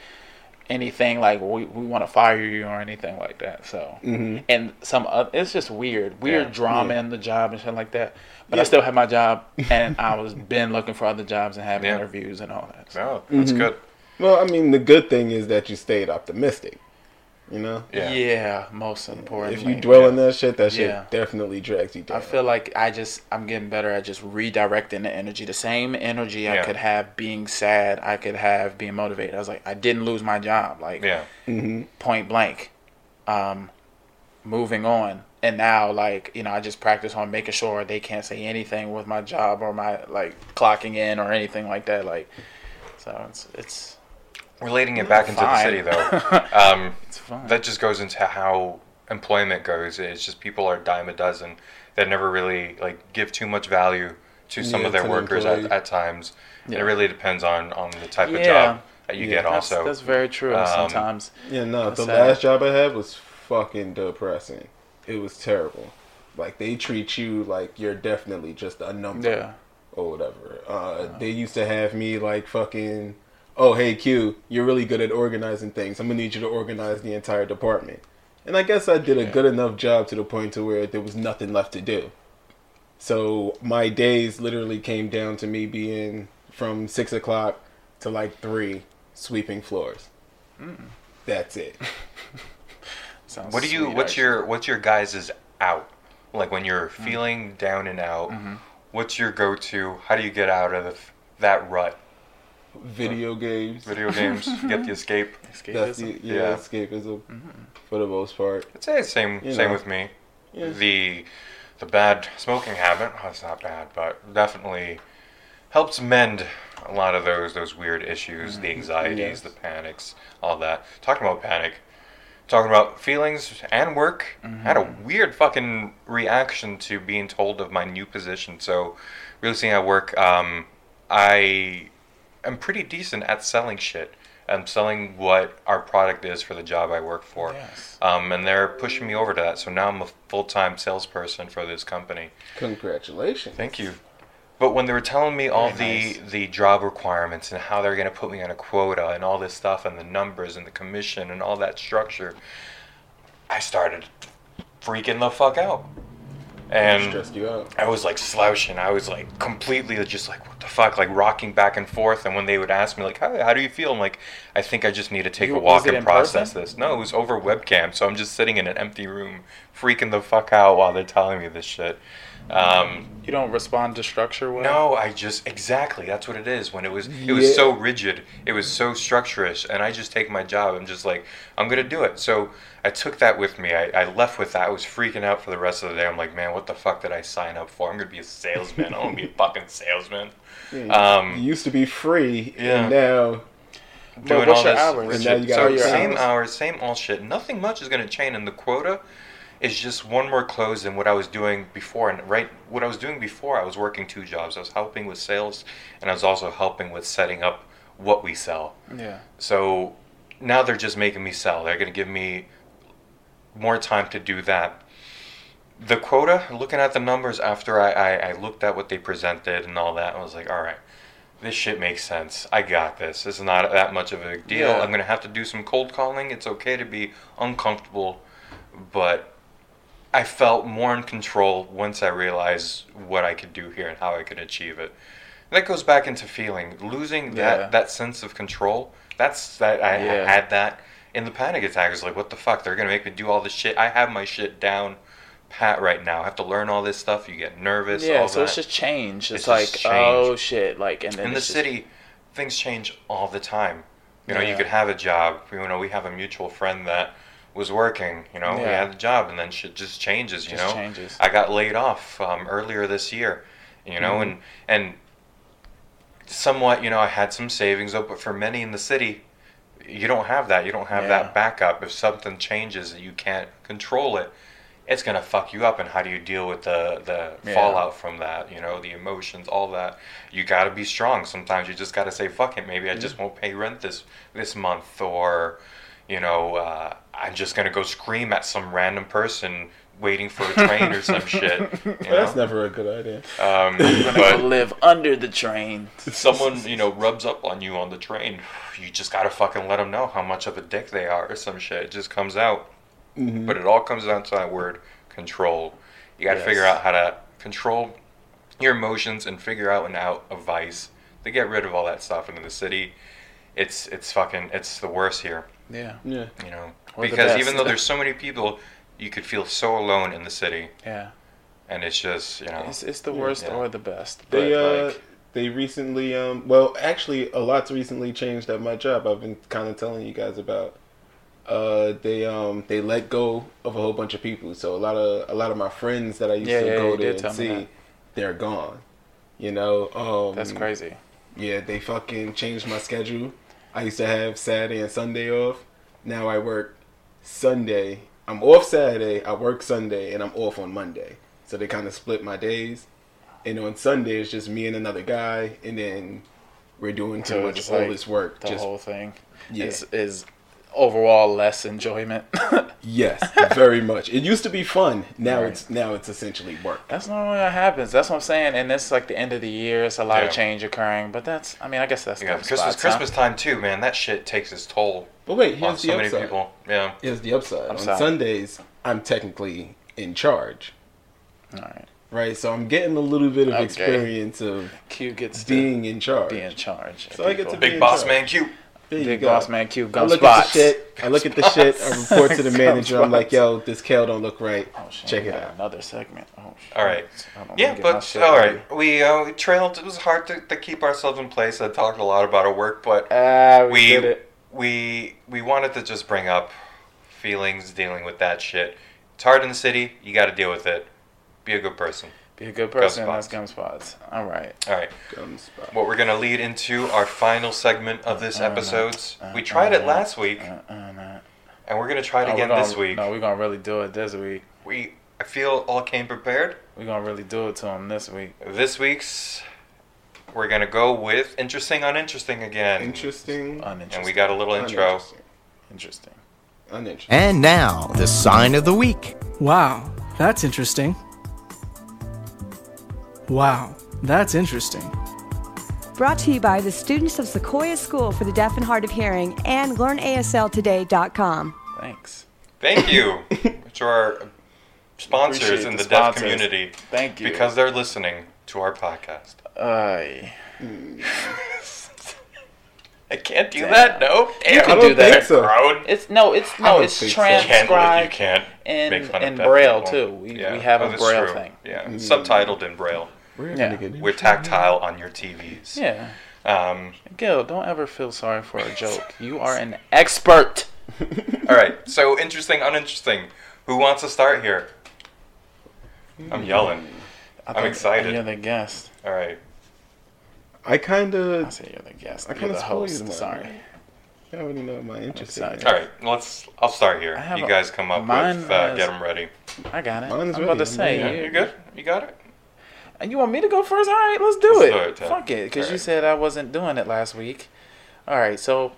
S4: anything like we we want to fire you or anything like that. So
S5: Mm-hmm.
S4: and some other, it's just weird, weird
S3: Yeah.
S4: drama in the job and shit like that. But I still have my job, and I was been looking for other jobs and having
S3: Yeah.
S4: interviews and all that. So.
S3: No, that's
S4: Mm-hmm.
S3: good.
S5: Well, I mean, the good thing is that you stayed optimistic. You know,
S3: Yeah.
S4: Yeah. most important.
S5: if you dwell on that shit, that shit
S4: Yeah.
S5: definitely drags you down.
S4: I feel like I just I'm getting better at just redirecting the energy. The same energy I
S3: Yeah.
S4: could have being sad, I could have being motivated. I was like, I didn't lose my job, like
S3: Yeah.
S4: point blank. Um, moving on, and now like you know, I just practice on making sure they can't say anything with my job or my like clocking in or anything like that. Like, so it's it's
S3: Relating it back into the
S4: Fine.
S3: city, though, um,
S4: it's fun.
S3: that just goes into how employment goes. It's just people are a dime a dozen that never really like give too much value to some
S5: Yeah,
S3: of their
S5: to the
S3: workers at,
S5: employee.
S3: at times. And
S4: Yeah.
S3: it really depends on on the type
S4: Yeah.
S3: of job that you
S5: Yeah.
S3: get.
S4: that's,
S3: Also,
S4: that's very true.
S3: um,
S4: sometimes
S5: yeah, no, the
S4: That's sad.
S5: last job I had was fucking depressing. It was terrible. Like they treat you like you're definitely just a number.
S4: Yeah.
S5: Or whatever. Uh, They used to have me like fucking. Oh hey Q, you're really good at organizing things. I'm gonna need you to organize the entire department. And I guess I did a good enough job to the point to where there was nothing left to do. So my days literally came down to me being from six o'clock to like three sweeping floors.
S3: Hmm.
S5: That's it.
S4: sounds
S3: What do you?
S4: sweet,
S3: What's
S4: actually.
S3: your? What's your guys's out? Like when you're
S5: Mm-hmm.
S3: feeling down and out, what's your go-to? How do you get out of that rut?
S5: Video games.
S3: Video games, get the escape.
S5: That's
S4: escapism?
S5: the, yeah,
S3: Yeah. Hmm.
S5: escapism for the most part.
S3: I'd say it's same.
S5: You
S3: same
S5: know.
S3: with me. The the bad smoking habit. Oh, it's not bad, but definitely helps mend a lot of those those weird issues, the anxieties,
S5: Yes.
S3: the panics, all that. Talking about panic. Talking about feelings and work, I had a weird fucking reaction to being told of my new position. So, really seeing at work, um, I am pretty decent at selling shit. I'm selling what our product is for the job I work for.
S4: Yes.
S3: Um, and they're pushing me over to that. So now I'm a full time salesperson for this company.
S5: Congratulations.
S3: Thank you. But when they were telling me all
S4: Very
S3: the, the job requirements and how they're going to put me on a quota and all this stuff and the numbers and the commission and all that structure, I started freaking the fuck out. And
S5: Stressed you out.
S3: I was like slouching. I was like completely just like what the fuck, like rocking back and forth. And when they would ask me like, "How, how do you feel?" I'm like, "I think I just need to take
S4: You-
S3: a walk
S4: was it
S3: and
S4: in
S3: process
S4: person?
S3: this." No, it was over webcam, so I'm just sitting in an empty room, freaking the fuck out while they're telling me this shit. Um,
S4: You don't respond to structure well.
S3: no, I just exactly that's what it is. When it was, it was
S5: Yeah.
S3: so rigid, it was so structurish, and I just take my job. I'm just like, I'm gonna do it. So I took that with me. I, I left with that. I was freaking out for the rest of the day. I'm like, man, what the fuck did I sign up for? I'm gonna be a salesman. I want to be a fucking salesman.
S5: You
S3: Um,
S5: used to be free,
S3: Yeah.
S5: and now
S3: doing
S4: what's
S3: all
S4: your
S3: this
S4: hours?
S3: weird
S5: And now
S3: shit.
S5: you got
S3: so
S5: your
S3: same
S5: hours.
S3: hours, same all shit. Nothing much is gonna change in the quota. is just one more close than what I was doing before. And right, what I was doing before, I was working two jobs. I was helping with sales, and I was also helping with setting up what we sell.
S4: Yeah.
S3: So now they're just making me sell. They're going to give me more time to do that. The quota, looking at the numbers after I, I, I looked at what they presented and all that, I was like, all right, this shit makes sense. I got this. This is not that much of a big deal.
S4: Yeah.
S3: I'm going to have to do some cold calling. It's okay to be uncomfortable, but I felt more in control once I realized what I could do here and how I could achieve it. That goes back into feeling losing that
S4: Yeah.
S3: that sense of control. That's that I
S4: Yeah.
S3: had that in the panic attack. I was like, what the fuck? They're gonna make me do all this shit. I have my shit down pat right now. I have to learn all this stuff. You get nervous.
S4: Yeah,
S3: all
S4: so
S3: that.
S4: it's just change. It's,
S3: It's
S4: like
S3: just
S4: oh
S3: change.
S4: shit, like and then
S3: in the
S4: it's just-
S3: city, things change all the time. You know,
S4: Yeah.
S3: you could have a job. You know, we have a mutual friend that was working. You know, we
S4: Yeah.
S3: had a job, and then shit just changes. You
S4: Just
S3: know,
S4: changes.
S3: I got laid off um, earlier this year. You know,
S4: Mm-hmm.
S3: and and somewhat, you know, I had some savings up, but for many in the city, you don't have that. You don't have
S4: Yeah.
S3: that backup. If something changes and you can't control it, it's gonna fuck you up. And how do you deal with the the
S4: Yeah.
S3: fallout from that? You know, the emotions, all that. You gotta be strong. Sometimes you just gotta say, "Fuck it." Maybe I just won't pay rent this this month, or you know, uh, I'm just gonna go scream at some random person waiting for a train or some shit. You
S5: That's
S3: know?
S5: never a good idea.
S3: um,
S4: Go
S3: but
S4: live under the train.
S3: someone you know rubs up on you on the train, you just gotta fucking let them know how much of a dick they are or some shit. It just comes out.
S4: Mm-hmm.
S3: But it all comes down to that word control. You gotta figure
S4: Yes.
S3: out how to control your emotions and figure out and out a vice to get rid of all that stuff. And in the city, it's it's fucking it's the worst here.
S4: Yeah,
S5: Yeah.
S3: You know,
S4: Or the
S3: because
S4: best.
S3: even though there's so many people, you could feel so alone in the city,
S4: yeah.
S3: and it's just you know.
S4: It's it's the worst
S3: Yeah.
S4: or the best. But
S5: They uh
S4: like,
S5: they recently um well actually a lot's recently changed at my job. I've been kind of telling you guys about. Uh, they um they let go of a whole bunch of people. So a lot of a lot of my friends that I used
S4: Yeah,
S5: to
S4: yeah,
S5: go
S4: you did
S5: there
S4: tell
S5: and
S4: me
S5: see,
S4: that.
S5: they're gone. You know, um,
S4: that's
S3: Mm.
S4: crazy.
S5: Yeah, they fucking changed my schedule. I used to have Saturday and Sunday off. Now I work Sunday. I'm off Saturday, I work Sunday, and I'm off on Monday. So they kind of split my days. And on Sunday, it's just me and another guy, and then we're doing
S4: So
S5: too much
S4: it's
S5: all
S4: like
S5: this work.
S4: The
S5: Just
S4: whole thing
S5: Yeah.
S4: is is overall less enjoyment.
S5: yes, very much. It used to be fun. Now
S4: Right.
S5: it's now it's essentially work.
S4: that's normally what happens. That's what I'm saying. And it's like the end of the year. It's a lot
S3: Yeah.
S4: of change occurring. But that's I mean I guess that's
S3: yeah,
S4: tough
S3: Christmas
S4: spots, huh?
S3: Christmas time too, man. That shit takes its toll
S5: But wait,
S3: on
S5: here's
S3: so
S5: the
S3: many
S5: upside.
S3: people. Yeah.
S5: Here's the upside.
S4: Upside.
S5: On Sundays, I'm technically in charge,
S4: All right.
S5: right? So I'm getting a little bit of
S4: Okay.
S5: experience of
S4: Q gets to
S5: being in charge.
S4: be in charge. of
S5: So I get
S4: people.
S5: to be-
S3: Big boss man cute.
S5: There you
S4: Big
S5: go.
S4: boss man Q
S5: I
S4: gun
S5: look
S4: spots.
S5: at the shit. I look at the shit. I report to the
S4: Gun
S5: manager. I'm like,
S4: spots.
S5: yo, this kale don't look right.
S4: Oh, shit,
S5: Check
S4: we
S5: it
S4: got
S5: out. Uh,
S4: Another segment. Oh, shit.
S3: All right.
S4: I don't wanna
S3: Yeah,
S4: get my
S3: but
S4: shit
S3: all
S4: ready.
S3: right. We uh, we trailed. It was hard to, to keep ourselves in place. I talked a lot about our work, but
S4: Ah, we,
S3: we
S4: did it.
S3: we we wanted to just bring up feelings dealing with that shit. It's hard in the city. You got to deal with it. Be a good person.
S4: Be a good person.
S3: Gum
S4: That's gum spots. All right.
S3: All right.
S5: Gum spot.
S3: What we're gonna lead into our final segment of this
S4: Uh-uh,
S3: episode. We tried it last week,
S4: Uh, uh, nah.
S3: and we're gonna try it
S4: No, Oh, we're
S3: again
S4: gonna-
S3: this week.
S4: No, we're gonna really do it this week.
S3: We I feel all came prepared.
S4: We're gonna really do it to him this week.
S3: This week's we're gonna go with interesting, uninteresting again.
S5: Interesting.
S4: Uninteresting.
S3: And we got a little intro.
S5: Uninteresting.
S4: interesting.
S5: Uninteresting.
S7: And now, the sign of the week.
S8: Wow, that's interesting. Wow, that's interesting.
S9: Brought to you by the students of Sequoia School for the Deaf and Hard of Hearing and LearnASLToday.com.
S4: Thanks.
S3: Thank you to our sponsors
S4: Appreciate
S3: in
S4: the
S3: the, deaf
S4: sponsors.
S3: community
S4: Thank you.
S3: because they're listening to our podcast.
S4: Ay.
S3: I can't do that. No, damn.
S4: can
S5: I don't
S4: do that.
S5: think so.
S3: Crowd.
S4: it's no, it's no,
S5: don't
S4: it's
S5: think so.
S3: You can't, li- you
S4: transcribed
S3: can't
S4: in-
S3: make fun
S4: in
S3: of deaf
S4: Braille,
S3: people. Oh,
S4: too. We- we have a
S3: that's
S4: Braille thing. Hmm.
S3: Yeah, subtitled in Braille.
S5: We're
S4: Yeah.
S5: gonna get in-
S3: We're tactile on your TVs.
S4: Yeah.
S3: Um,
S4: Gil, don't ever feel sorry for a joke. You are an expert.
S3: all right. So interesting, uninteresting. Who wants to start here?
S4: Hmm.
S3: I'm yelling.
S4: I
S3: I'm excited.
S4: You're the guest.
S3: All right.
S5: I kind
S4: I
S5: of.
S4: say you're the guest.
S5: I
S4: you're
S5: kinda
S4: the
S5: spoiled
S4: host.
S5: mine.
S4: Sorry.
S5: I already know my interesting.
S4: excited.
S3: All right, let's. I'll start here.
S4: I have
S3: You
S4: a-
S3: guys come up
S4: mine
S3: with. Uh,
S4: has-
S3: get them ready.
S4: I got it.
S5: Mine is
S4: I'm about
S5: ready.
S4: to say.
S5: Yeah.
S4: you-
S3: You good? You got it?
S4: And you want me to go first? All right, let's do
S3: Let's
S4: it.
S3: do it, Ted.
S4: Fuck it, because you
S3: Alright.
S4: said I wasn't doing it last week. All right, so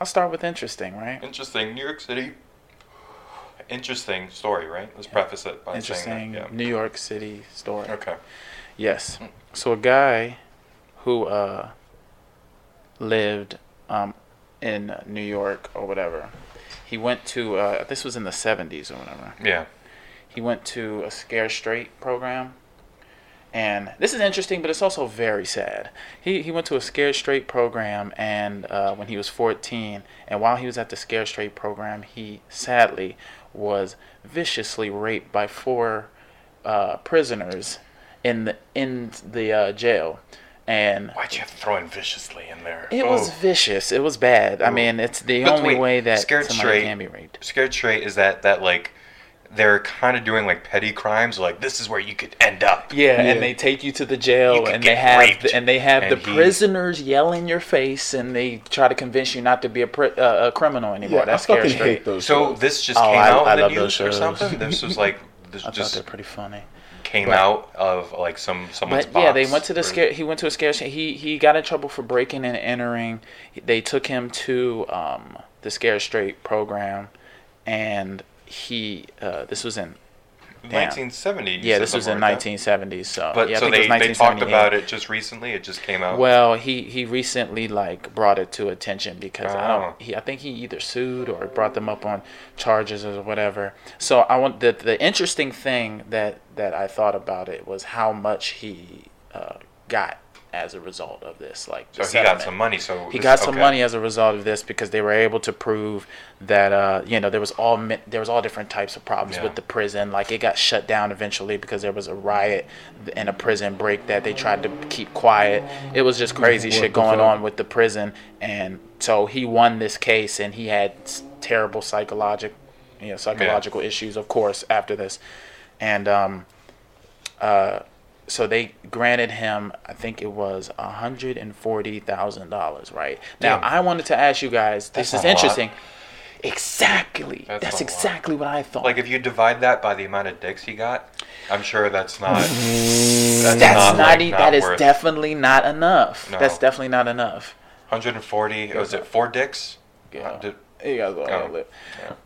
S4: I'll start with interesting, right?
S3: Interesting. New York City. Interesting story, right? Let's preface it by saying
S4: interesting
S3: that. Yeah.
S4: New York City story.
S3: Okay.
S4: Yes. So a guy who uh, lived um, in New York or whatever, he went to uh, this was in the '70s or whatever.
S3: Yeah.
S4: He went to a Scare Straight program. And this is interesting, but it's also very sad. He, he went to a Scare Straight program, and uh, when he was 14, and while he was at the Scare Straight program, he sadly was viciously raped by four uh, prisoners in the in the uh, jail. And
S3: Why'd you have to throw in viciously in there?
S4: it was
S3: Oh.
S4: vicious. It was bad. I mean, it's the
S3: But
S4: only
S3: wait,
S4: way that
S3: Scared
S4: somebody
S3: Straight-
S4: can be raped.
S3: Scared straight is that that like they're kind of doing like petty crimes. Like this is where you could end up.
S4: Yeah,
S5: Yeah.
S4: and they take you to the jail,
S3: could
S4: and
S3: get
S4: they have
S3: raped.
S4: the, and they have
S3: And
S4: the
S3: he-
S4: prisoners yell in your face, and they try to convince you not to be a pri- uh, a criminal anymore.
S5: Yeah, I
S4: That's scary
S5: fucking
S4: straight.
S5: hate those.
S3: So
S5: shows.
S3: this just
S4: Oh,
S3: came
S4: I-
S3: out
S4: I
S3: in the
S4: love
S3: news
S4: those
S3: or
S4: shows.
S3: something. This was like this
S4: I thought
S3: just
S4: they're pretty funny.
S3: came
S4: Right.
S3: out of like some someone's
S4: But yeah, they
S3: box
S4: went to the
S3: or-
S4: scare. He went to a scare. sh- He he got in trouble for breaking and entering. They took him to um, the scare straight program, and he uh, this was in
S3: 1970. you
S4: yeah
S3: said
S4: this was
S3: something
S4: in
S3: like that.
S4: 1970s. So
S3: But
S4: yeah, I
S3: so
S4: think
S3: they,
S4: it was
S3: they talked
S4: 1978.
S3: about it just recently. It just came out.
S4: Well, he he recently like brought it to attention because I
S3: Oh.
S4: don't. He I think he either sued or brought them up on charges or whatever. So I want the the interesting thing that that I thought about it was how much he uh, got as a result of this. Like
S3: so
S4: the
S3: he got
S4: settlement.
S3: some money. So
S4: He
S3: this-
S4: got some
S3: okay.
S4: money as a result of this because they were able to prove that uh, you know there was all mi- there was all different types of problems
S3: Yeah.
S4: with the prison. Like it got shut down eventually because there was a riot and a prison break that they tried to keep quiet. It was just crazy shit going on with the prison, and so he won this case and he had s- terrible psychological you know psychological issues, of course, after this, and um, so they granted him i think it was $140000 right now
S3: Damn.
S4: i wanted to ask you guys this
S3: That's not
S4: is
S3: a lot.
S4: interesting exactly
S3: That's
S4: that's,
S3: not a lot.
S4: exactly what i thought
S3: Like if you divide that by the amount of dicks he got, I'm sure that's not. that's
S4: that's not,
S3: like,
S4: e- that is
S3: worth-
S4: definitely not enough
S3: No.
S4: that's definitely not enough
S3: 140. Was it four dicks?
S4: Yeah.
S3: Uh, did-
S4: you guys will
S3: Oh.
S4: live.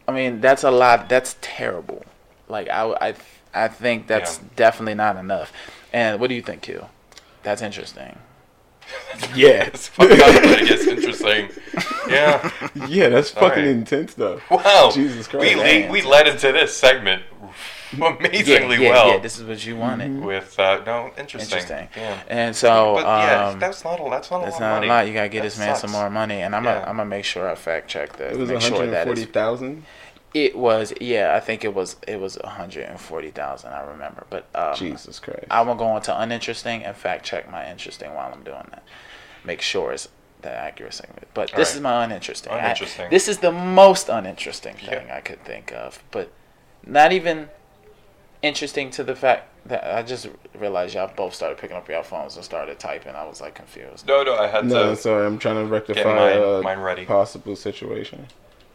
S4: i mean that's a lot that's terrible like i i, I think that's
S3: Yeah.
S4: definitely not enough and what do you think q that's interesting
S5: yeah,
S3: It's fucking up, but it gets interesting. Yeah.
S5: yeah, that's fucking
S3: right.
S5: intense though.
S3: Wow.
S5: Jesus
S3: We, we,
S5: Christ.
S3: we led into this segment amazingly
S4: yeah, yeah,
S3: well.
S4: yeah this is what you wanted
S3: with uh, no interesting.
S4: interesting
S3: Yeah.
S4: and so
S3: But yeah,
S4: um,
S3: that's not a that's not a lot.
S4: That's
S3: of
S4: not
S3: money.
S4: a lot. You gotta get
S3: That
S4: this man some
S3: sucks.
S4: more money, and I'm
S3: Yeah.
S4: gonna I'm gonna make sure I fact check that.
S5: It was
S4: make sure that it's-
S5: 140,000.
S4: it was yeah. I think it was it was 140,000. I remember, but um,
S5: Jesus Christ.
S4: I'm gonna go on to uninteresting and fact check my interesting while I'm doing that. Make sure it's the accuracy. of it. But this
S3: Alright.
S4: is my uninteresting. I-
S3: Uninteresting.
S4: this is the most uninteresting thing I could think of, but not even interesting to the fact that I just realized y'all both started picking up your phones and started typing. I was like confused.
S3: No, no, I had
S5: No,
S3: to.
S5: sorry, I'm trying to rectify
S3: mine-
S5: a
S3: mine ready.
S5: possible situation.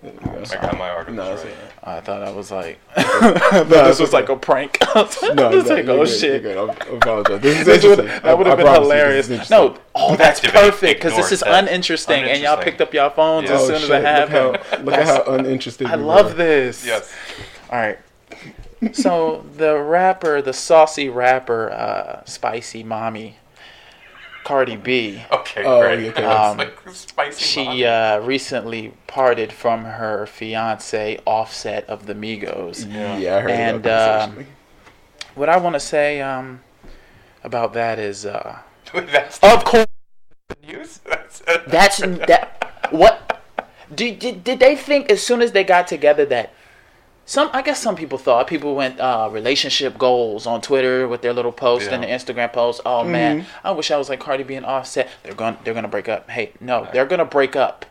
S5: There you go.
S3: I got my article.
S5: No, that's
S3: right.
S5: it.
S4: I thought I was like,
S5: No,
S4: this
S5: it's
S4: was
S5: okay.
S4: like a prank. I was
S5: No, no,
S4: like,
S5: you're
S4: oh
S5: good,
S4: shit.
S5: you're good. I I apologize. This is
S4: This would,
S5: interesting. I-
S4: that would
S5: I
S4: have been
S5: promise you, this
S4: hilarious.
S5: is interesting.
S4: No, oh, that's
S3: Activate,
S4: perfect because
S3: ignore,
S4: this is
S3: Seth.
S4: uninteresting, and y'all
S3: Uninteresting.
S4: picked up y'all phones
S3: Yeah.
S4: as
S5: Oh,
S4: soon as
S5: shit,
S4: it happened.
S5: Look how, look at how uninterested
S4: I
S5: we
S4: love
S5: were.
S4: this.
S3: Yes.
S4: All right. So the rapper, the saucy rapper, uh, Spicy Mommy, Cardi B,
S3: Okay.
S5: Oh,
S3: great.
S5: okay.
S3: It's like spicy.
S4: Um, she
S3: mafia.
S4: uh, recently parted from her fiance Offset of the Migos.
S5: Yeah, I heard
S4: And, uh,
S5: about this,
S4: What I want to say um, about that is, uh,
S3: that's the
S4: of course,
S3: news. That's it.
S4: that's that. What did, did did they think as soon as they got together that some? I guess some people thought people went uh, relationship goals on Twitter with their little post and the
S3: Yeah.
S4: Instagram post. Oh man, I wish I was like Cardi B and Offset. They're going they're gonna break up. Hey, no, they're gonna break up.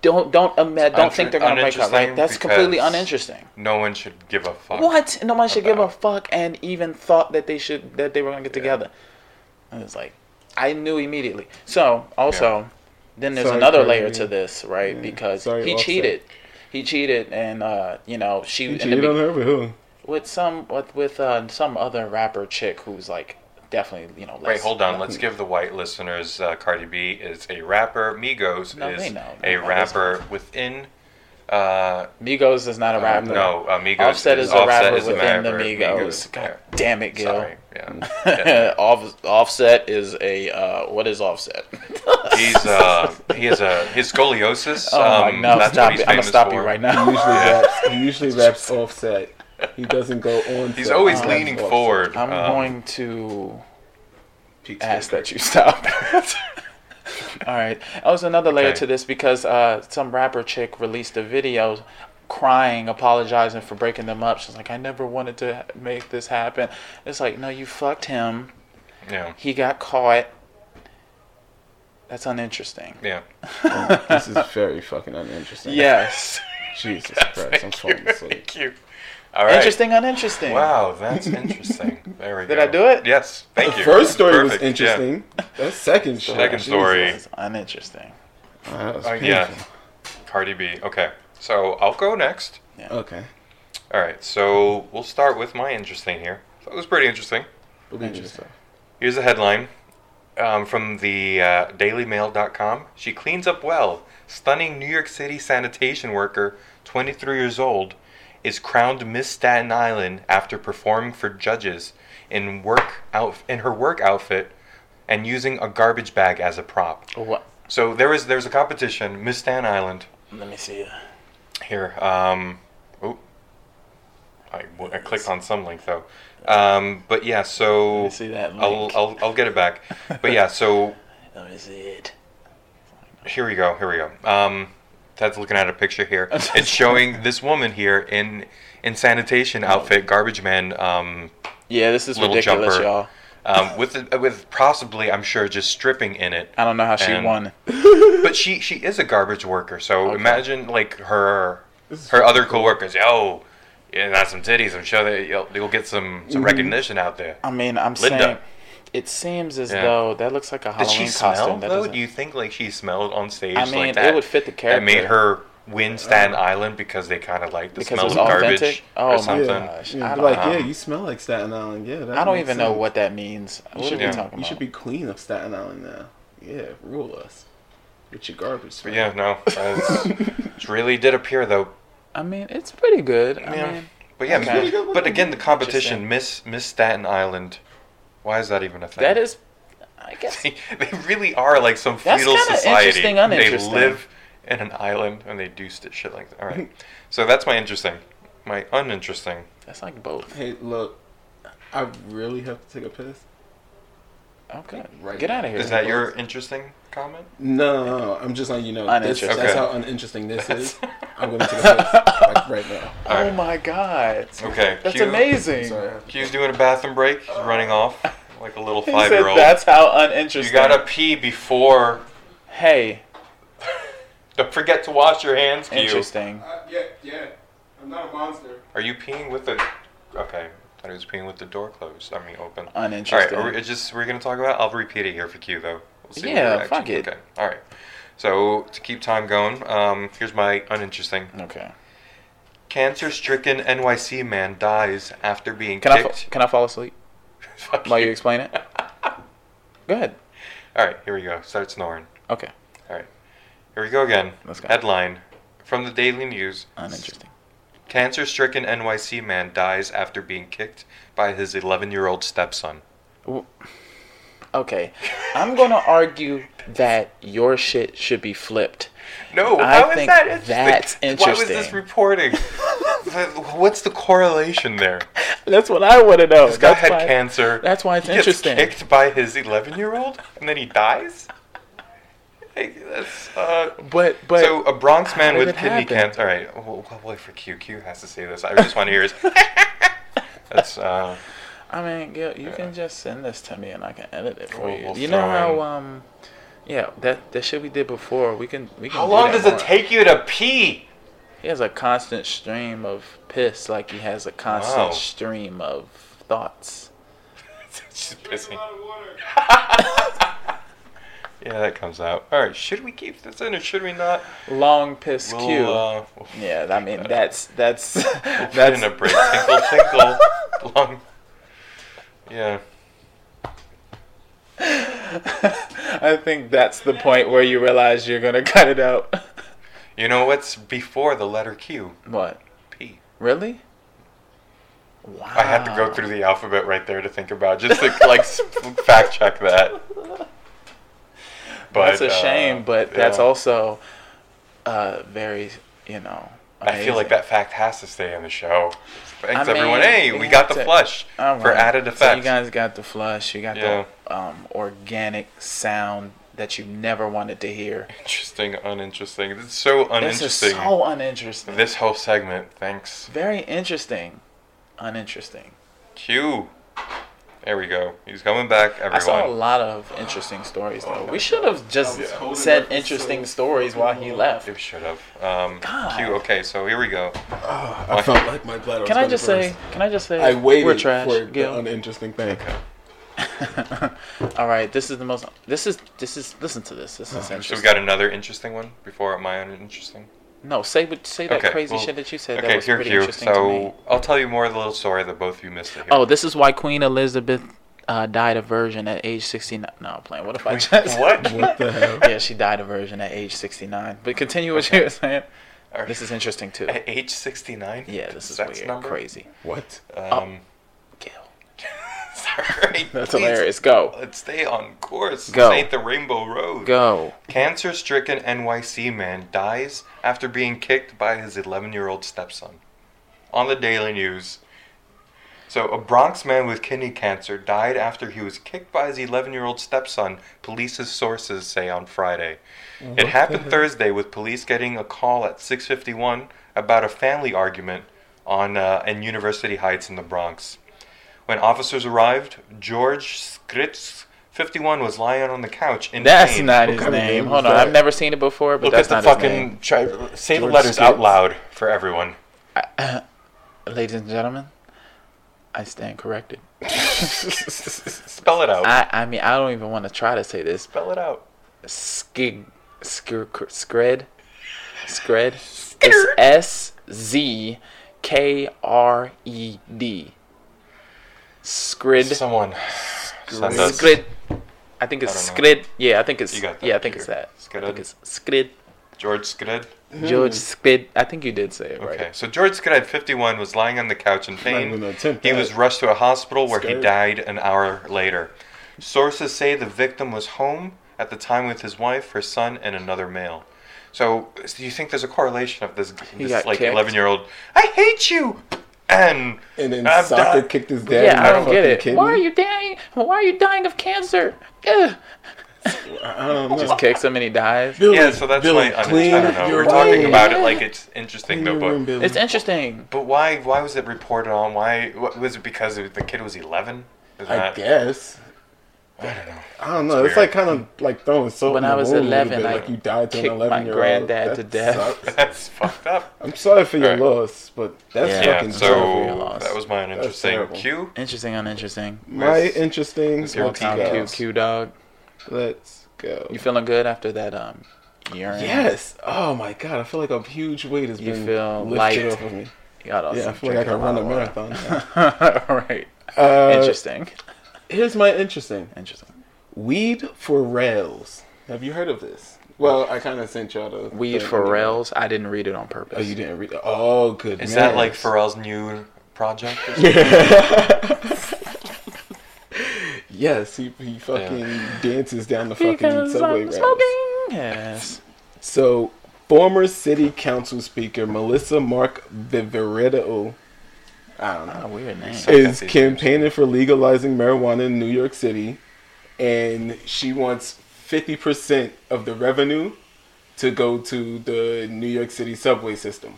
S4: Don't don't um, don't think they're gonna break up. Right?
S3: uninteresting
S4: That's completely
S3: because-
S4: uninteresting.
S3: No one should give a fuck.
S4: What? Nobody should give a
S3: about-
S4: fuck and even thought that they should that they were gonna get together. And it's like I knew immediately. So also, then there's
S5: Sorry,
S4: another
S5: Cardi
S4: layer
S5: B.
S4: to this, right? Because
S5: Sorry,
S4: he
S5: Offset.
S4: cheated. He cheated, and uh, you know she in
S5: You
S4: the
S5: cheated
S4: be-
S5: on her with who?
S4: with some with, with uh, some other rapper chick who's like definitely you know.
S3: Wait,
S4: less-
S3: hold on.
S5: Hmm.
S3: Let's give the white listeners uh, Cardi B is a rapper. Migos
S4: No, they
S3: is
S4: know.
S3: a
S4: They know this
S3: rapper within. Uh,
S4: Migos is not a rapper.
S3: no, uh, Migos
S4: Offset
S3: is,
S4: is, a
S3: Offset
S4: rapper
S3: is a
S4: within the
S3: rapper.
S4: Migos. God
S3: yeah.
S4: damn it, Gil.
S3: Sorry.
S5: Hmm.
S3: Yeah.
S4: Off, offset is a uh, what is offset?
S3: He's uh, he has a his scoliosis.
S4: Oh
S3: um,
S4: my, no,
S3: that's
S4: stop
S3: what
S4: it!
S3: he's
S4: I'm gonna
S3: famous
S4: stop you
S3: for.
S4: right
S5: He
S4: now.
S5: usually raps. He usually raps offset. He doesn't go on.
S3: He's
S5: set.
S3: always
S5: He raps
S3: leaning
S5: offset.
S3: forward.
S4: I'm
S3: um,
S4: going to
S5: Pete's
S4: ask
S5: favorite.
S4: that you stop. All right. Oh, there's another layer
S3: Okay.
S4: to this because uh, some rapper chick released a video crying, apologizing for breaking them up. She's like, I never wanted to ha- make this happen. It's like, no, you fucked him.
S3: Yeah,
S4: He got caught. That's uninteresting.
S3: yeah.
S5: This is very fucking uninteresting.
S4: Yes.
S5: Jesus Christ, I'm falling asleep.
S3: Thank you. All right.
S4: Interesting, uninteresting.
S3: Wow, that's interesting. There we
S4: Did
S3: go.
S4: I do it?
S3: Yes. Thank you.
S5: First story
S3: Perfect,
S5: was interesting. That second
S3: Yeah.
S5: story.
S3: Second story.
S4: It's uninteresting.
S5: Wow, that was
S3: Uh, yeah.
S5: painful.
S3: Cardi B. Okay. So I'll go next.
S5: Okay.
S3: All right. So we'll start with my interesting here. So it was pretty interesting.
S5: Believe yourself.
S3: Here's a headline um, from the uh, DailyMail.com. She cleans up well. Stunning New York City sanitation worker, 23 years old, is crowned Miss Staten Island after performing for judges in work outf in her work outfit and using a garbage bag as a prop.
S4: What?
S3: So there is there's a competition, Miss Staten Island.
S4: Let me see.
S3: Here, um, oh, I, w- I clicked on some link though. Um, but yeah, so
S4: me see that
S3: I'll,
S4: link.
S3: I'll I'll get it back. But yeah, so
S4: Let me see it.
S3: here we go. Here we go. Um, Ted's looking at a picture here. It's showing this woman here in in sanitation outfit, garbage man, um,
S4: Yeah, this is
S3: Little
S4: ridiculous,
S3: jumper.
S4: y'all.
S3: um, with with possibly I'm sure just stripping in it.
S4: I don't know how she
S3: And-
S4: won.
S3: But she she is a garbage worker, so imagine like her her other coworkers. Yo, yeah, that's some titties. I'm sure that you'll, you'll get some some recognition out there.
S4: I mean, I'm
S3: Linda.
S4: saying it seems as
S3: Yeah.
S4: though that looks like a
S3: Did
S4: Halloween
S3: she smell
S4: costume. That
S3: though?
S4: doesn't-
S3: Do you think like she smelled on stage?
S4: I mean,
S3: like
S4: it
S3: that?
S4: would fit the
S3: That made
S4: character. Uh-huh.
S3: her win Staten Island because they kind of like the
S4: Because it
S3: smell
S4: was
S3: of garbage
S4: authentic? Oh my
S3: or something.
S4: God. Gosh,
S5: Yeah,
S4: I
S5: be
S4: don't
S5: like,
S3: know.
S5: yeah, you smell like Staten Island. Yeah, that
S4: I don't
S5: makes
S4: even know
S5: sense.
S4: what that means.
S5: You
S4: what are
S5: should,
S4: we
S5: be,
S4: talking
S5: you
S4: about?
S5: should be queen of Staten Island now. Yeah, rule us with your garbage.
S3: But
S5: smell.
S3: yeah, no, that's- it really did appear though.
S4: I mean, it's pretty good.
S3: Yeah.
S4: I mean,
S3: But yeah,
S4: Okay. Really
S5: good
S3: but again, the competition
S4: Interesting.
S3: Miss Miss Staten Island. Why is that even a thing?
S4: that is, I guess.
S3: they really are like some
S4: That's
S3: feudal
S4: kinda
S3: society.
S4: interesting,
S3: they
S4: uninteresting.
S3: live in an island and they do st- shit like that. All right, so that's my interesting, my uninteresting.
S4: That's like both.
S5: Hey, look, I really have to take a piss.
S4: Okay, Oh, get out of here.
S3: Is that your interesting comment?
S5: No, no, no, I'm just letting you know. This,
S4: Uninteresting.
S5: That's
S3: Okay.
S5: how uninteresting this is. I'm going to take a piss like, right now.
S4: oh my god,
S3: Okay,
S4: that's
S3: Q-
S4: amazing.
S5: Sorry.
S3: Q's doing a bathroom break. He's running off like a little
S4: He said
S3: five year old.
S4: that's how
S3: You
S4: uninteresting.
S3: gotta pee before.
S4: Hey,
S3: Don't forget to wash your hands, Q.
S4: interesting.
S5: yeah, yeah. I'm not a monster.
S3: Are you peeing with the? Okay, I thought he was peeing with the door closed. I mean, open.
S4: Uninteresting.
S3: All right, are we, just we're gonna talk about. I'll repeat it here for Q though. We'll see what
S4: Yeah,
S3: your reaction-
S4: fuck it.
S3: Okay, all right. So to keep time going, um, here's my uninteresting.
S4: Okay.
S3: Cancer-stricken NYC man dies after being
S4: Can I fa-
S3: kicked.
S4: can I fall asleep
S3: Fuck
S4: while
S3: you.
S4: you explain it? Go ahead.
S3: All right, here we go. Start snoring.
S4: Okay,
S3: All right, here we go again.
S4: Let's go.
S3: Headline from the Daily News.
S4: uninteresting.
S3: Cancer stricken NYC man dies after being kicked by his 11 year old stepson.
S4: Okay, I'm gonna argue that your shit should be flipped.
S3: No,
S4: I
S3: how is
S4: think
S3: that interesting?
S4: that's
S3: Why was this
S4: interesting.
S3: reporting? Wh- What's the correlation there?
S4: That's what I want to know.
S3: This guy
S4: That's
S3: had
S4: why-
S3: cancer.
S4: that's why it's
S3: he gets
S4: interesting.
S3: kicked by his 11 year old and then he dies? Like, that's, uh,
S4: But but
S3: so, a Bronx man
S4: did
S3: with
S4: it
S3: kidney
S4: happen?
S3: cancer. All right, oh, well, well, wait for Q. Q has to say this. I just want to hear his. that's, uh,
S4: I mean, Gil, you can just send this to me and I can edit it for
S3: We'll-
S4: you.
S3: we'll
S4: you know
S3: throw
S4: how
S3: in-
S4: um, yeah, that that shit we did before. We can we can.
S3: how
S4: do
S3: long
S4: that
S3: does it
S4: more.
S3: take you to pee?
S4: He has a constant stream of piss, like he has a constant
S3: Wow.
S4: stream of thoughts.
S3: She's pissing. Yeah, that comes out. All right, should we keep this in or should we not?
S4: Long piss
S3: We'll,
S4: Q.
S3: uh, we'll
S4: yeah, I mean that's that's
S3: put
S4: that's
S3: in a break. Tinkle, tinkle. Long. Yeah.
S4: I think that's the point where you realize you're gonna cut it out.
S3: You know what's before the letter Q?
S4: what?
S3: P.
S4: Really? Wow.
S3: I had to go through the alphabet right there to think about just to like s- fact check that. But
S4: that's a
S3: uh,
S4: shame, but that's
S3: yeah.
S4: also uh, very you know.
S3: I feel like
S4: amazing.
S3: that fact has to stay in the show. Thanks
S4: I mean,
S3: everyone. Hey,
S4: we
S3: we got
S4: have
S3: the
S4: to-
S3: flush
S4: All
S3: for
S4: right.
S3: added
S4: So you
S3: effect.
S4: guys got the flush. You got
S3: Yeah.
S4: the um, organic sound that you never wanted to hear.
S3: interesting, uninteresting. This is so
S4: This
S3: uninteresting.
S4: is
S3: This,
S4: so uninteresting.
S3: whole segment. Thanks.
S4: very interesting, uninteresting.
S3: Q. There we go. He's coming back, everyone.
S4: I saw a lot of interesting stories though. We should have just
S5: was holding
S4: said
S5: up the
S4: interesting
S5: soap.
S4: stories while he left.
S3: It should have. Um,
S4: God.
S3: Q. Okay, so here we go.
S5: I felt like my bladder.
S4: Can
S5: was
S4: I
S5: gonna
S4: just
S5: burst.
S4: say? Can I just say?
S5: I waited
S4: We're trash.
S5: for
S4: Gil.
S5: the uninteresting thing.
S4: All right. This is the most. This is this is. Listen to this. This is
S3: So
S4: interesting.
S3: we got another interesting one before my uninteresting.
S4: no, say what- say that crazy
S3: well,
S4: shit that you said.
S3: Okay,
S4: that was
S3: here,
S4: pretty
S3: Q.
S4: interesting
S3: so
S4: to me.
S3: I'll tell you more of the little story that both of you missed. To hear.
S4: Oh, this is why Queen Elizabeth uh, died of version at age 69. No, I'm playing. What if I just.
S3: what?
S5: What the hell?
S4: yeah, she died of version at age 69. But continue what you were saying. This is interesting too.
S3: At age 69?
S4: Yeah, this is
S3: Sex
S4: weird.
S3: number?
S4: Crazy.
S5: What?
S3: Um,
S4: Kill.
S3: Sorry.
S4: That's
S3: please,
S4: hilarious. Go.
S3: Let's stay on course.
S4: Go.
S3: This ain't the Rainbow Road.
S4: Go.
S3: Cancer stricken NYC man dies after being kicked by his 11 year old stepson. On the Daily News. So, a Bronx man with kidney cancer died after he was kicked by his 11 year old stepson, police's sources say on Friday. It happened Thursday with police getting a call at 6:51 about a family argument on uh, in University Heights in the Bronx. When officers arrived, George Skritz, 51, was lying on the couch in
S4: That's
S3: pain.
S4: not his
S5: kind of
S4: name.
S5: name
S4: Hold
S5: is
S4: on.
S5: that?
S4: I've never seen it before, but
S3: Look
S4: that's
S3: at the
S4: not his name.
S3: fucking. Try, say the
S5: George
S3: letters out
S5: Skits?
S3: loud for everyone.
S4: Ladies and gentlemen, I stand corrected.
S3: Spell it out.
S4: I, I mean, I don't even want to try to say this.
S3: Spell it out.
S4: Skig, skir, skred, skred. It's S Z K R E D. Skrid.
S3: Someone. Send us.
S4: Skrid. I think it's
S3: I don't know.
S4: skrid. Yeah, I think it's.
S3: You got that,
S4: yeah, I think it's
S3: Peter.
S4: that.
S3: Skrid.
S4: I think it's skrid.
S3: George Skrid.
S4: George Skrid. I think you did say it right.
S3: Okay, so George Skrid, 51, was lying on the couch in pain.
S5: even gonna attempt
S3: He
S5: that.
S3: was rushed to a hospital where he
S5: Scared.
S3: died an hour later. Sources say the victim was home at the time with his wife, her son, and another male. So, do you think there's a correlation of this, this
S4: got
S3: like
S4: kicked.
S3: 11 year old? I hate you, and
S5: And then
S3: I'm
S5: soccer
S3: done.
S5: kicked his dad. in
S4: Yeah,
S5: the
S4: I don't get
S5: fucking
S4: it.
S5: kidney.
S4: Why are you dying? Why are you dying of cancer? Ugh.
S5: I don't know.
S4: Just kicks him and he dies.
S5: Billy,
S3: Yeah, so that's
S5: Billy,
S3: my. I,
S5: Um, clean
S3: I don't know.
S5: your
S3: We're talking
S5: room.
S3: about it like it's interesting
S5: Clean
S3: though,
S5: your room,
S3: but
S5: Billy.
S4: It's interesting.
S3: but why why was it reported on? Why wh- was it because it- the kid was 11? Is
S5: I
S3: that-
S5: guess. I don't know.
S3: It's
S5: It's like kind of like throwing soap.
S4: When
S5: in
S4: I
S5: the
S4: was
S5: wound a little
S4: 11,
S5: bit,
S4: I
S5: like you died to an
S4: kicked my
S5: 11 year old.
S4: granddad to death.
S3: That's fucked up.
S5: I'm sorry for your
S3: Alright.
S5: loss, but that's
S4: Yeah.
S3: Yeah,
S5: fucking terrible.
S3: so
S4: loss.
S3: that was my interesting
S5: terrible.
S3: cue.
S4: Interesting, uninteresting.
S5: My
S3: With-
S5: interesting.
S3: with your
S5: Let's
S3: team.
S5: go.
S4: Q, Q dog.
S5: Let's go.
S4: You feeling good after that um urine?
S5: Yes. Oh my god, I feel like a huge weight has
S4: You
S5: been
S4: feel
S5: lifted
S4: light.
S5: off of me.
S4: You gotta
S5: Yeah, I feel like I
S4: drink
S5: can run
S4: lot
S5: a
S4: of
S5: marathon. now.
S4: water. All right.
S5: Uh,
S4: interesting.
S5: Here's my interesting.
S4: Interesting.
S5: Weed for rails. Have you heard of this? Well, I kind of sent y'all the
S4: Weed
S5: the-
S4: for rails. I didn't read it on purpose.
S5: Oh, you didn't read. Oh, good.
S3: Is that
S5: man.
S3: like Pharrell's new project? Or something?
S5: Yes, he, he fucking dances down the fucking
S4: Because
S5: subway
S4: I'm
S5: rails.
S4: smoking. Yes.
S5: So, former city council speaker Melissa Mark Viveredo, I don't know,
S4: A weird name.
S5: is
S3: That's easy.
S5: campaigning for legalizing marijuana in New York City, and she wants 50% of the revenue to go to the New York City subway system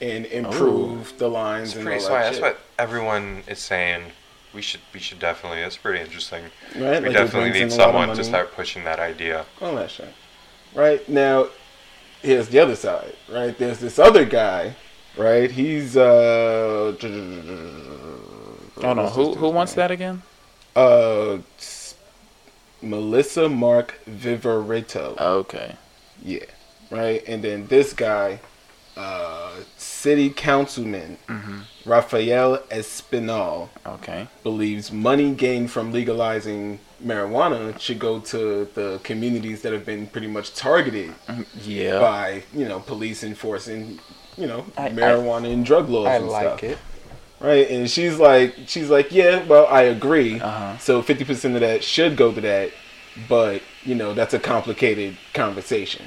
S5: and improve the lines and all
S3: Pretty
S5: that
S3: smart. That's
S5: shit.
S3: what everyone is saying. We should we should definitely. That's pretty interesting.
S5: Right, like
S3: We
S5: it
S3: definitely
S5: brings in
S3: need
S5: a lot of
S3: someone to
S5: money.
S3: start pushing that idea.
S5: all that shit. Right now, here's the other side. Right, there's this other guy. Right, he's uh,
S4: Hold on. Who who wants that again?
S5: uh, s- Melissa Mark Viverito.
S4: Okay.
S5: Yeah. Right? And then this guy, uh, city councilman
S4: Mm-hmm.
S5: Rafael Espinal,
S4: Okay.
S5: believes money gained from legalizing marijuana should go to the communities that have been pretty much targeted
S4: Mm-hmm. Yeah.
S5: by, you know, police enforcing, you know,
S4: I- I-
S5: marijuana and drug laws
S4: I
S5: and
S4: like
S5: stuff
S4: it.
S5: right? And she's like, she's like, yeah, well, I agree.
S4: Uh-huh.
S5: So fifty percent of that should go to that, but you know that's a complicated conversation.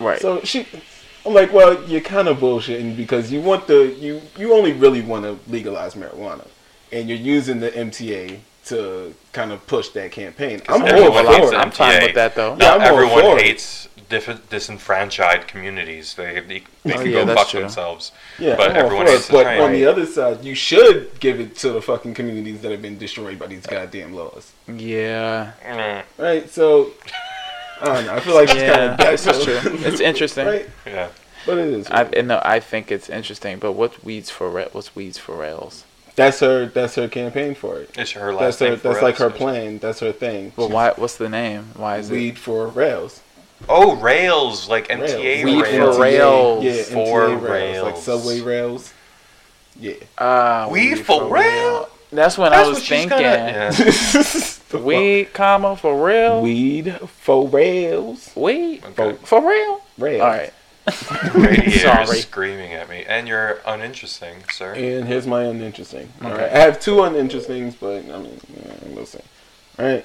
S4: Right.
S5: So she, I'm like, well, you're kind of bullshitting because you want the you you only really want to legalize marijuana, and you're using the MTA to kind of push that campaign. I'm all
S3: everyone hates
S5: for
S3: the
S5: it.
S4: Oh, I'm fine
S3: MTA.
S4: with that, though.
S5: Yeah, I'm all
S3: everyone
S5: for it.
S3: hates diff- disenfranchised communities. They they, they
S4: Oh,
S3: can
S4: yeah,
S3: go
S4: that's
S3: fuck
S4: true.
S3: themselves.
S5: Yeah,
S3: but
S5: I'm all
S3: everyone
S5: for it,
S3: hates the
S5: but
S3: train.
S5: on the other side, you should give it to the fucking communities that have been destroyed by these goddamn laws.
S4: Yeah.
S3: Mm,
S5: Right, so I don't know. I feel like it's kind
S4: Yeah.
S5: of
S4: This is true. It's interesting.
S5: right,
S3: yeah.
S5: but it is.
S4: I and no, I think it's interesting. But what weeds for ra- what's weeds for rails?
S5: that's her. That's her campaign for it.
S3: It's her
S5: That's
S3: last
S5: her.
S3: name. for
S5: That's like her
S3: rails.
S5: plan. That's her thing.
S4: Well, why? What's the name? Why is
S5: Weed for rails.
S3: Oh, rails like
S5: Rails.
S3: MTA
S4: Weed
S3: rails.
S4: for rails.
S5: Yeah, MTA
S3: For
S5: rails, like
S3: rails.
S5: subway rails. Yeah.
S4: it? Ah,
S3: Weed for rail?
S4: That's when
S3: That's
S4: I was
S3: what she's
S4: thinking.
S3: gonna. Yeah.
S4: Weed, comma for real. Weed,
S5: Weed for rails.
S4: for, for real.
S5: Rails.
S4: All right.
S3: Radiator's
S4: Sorry.
S3: screaming at me, and you're uninteresting, sir.
S5: And here's my uninteresting. All right. I have two uninterestings, but I mean, yeah, we'll see. All right.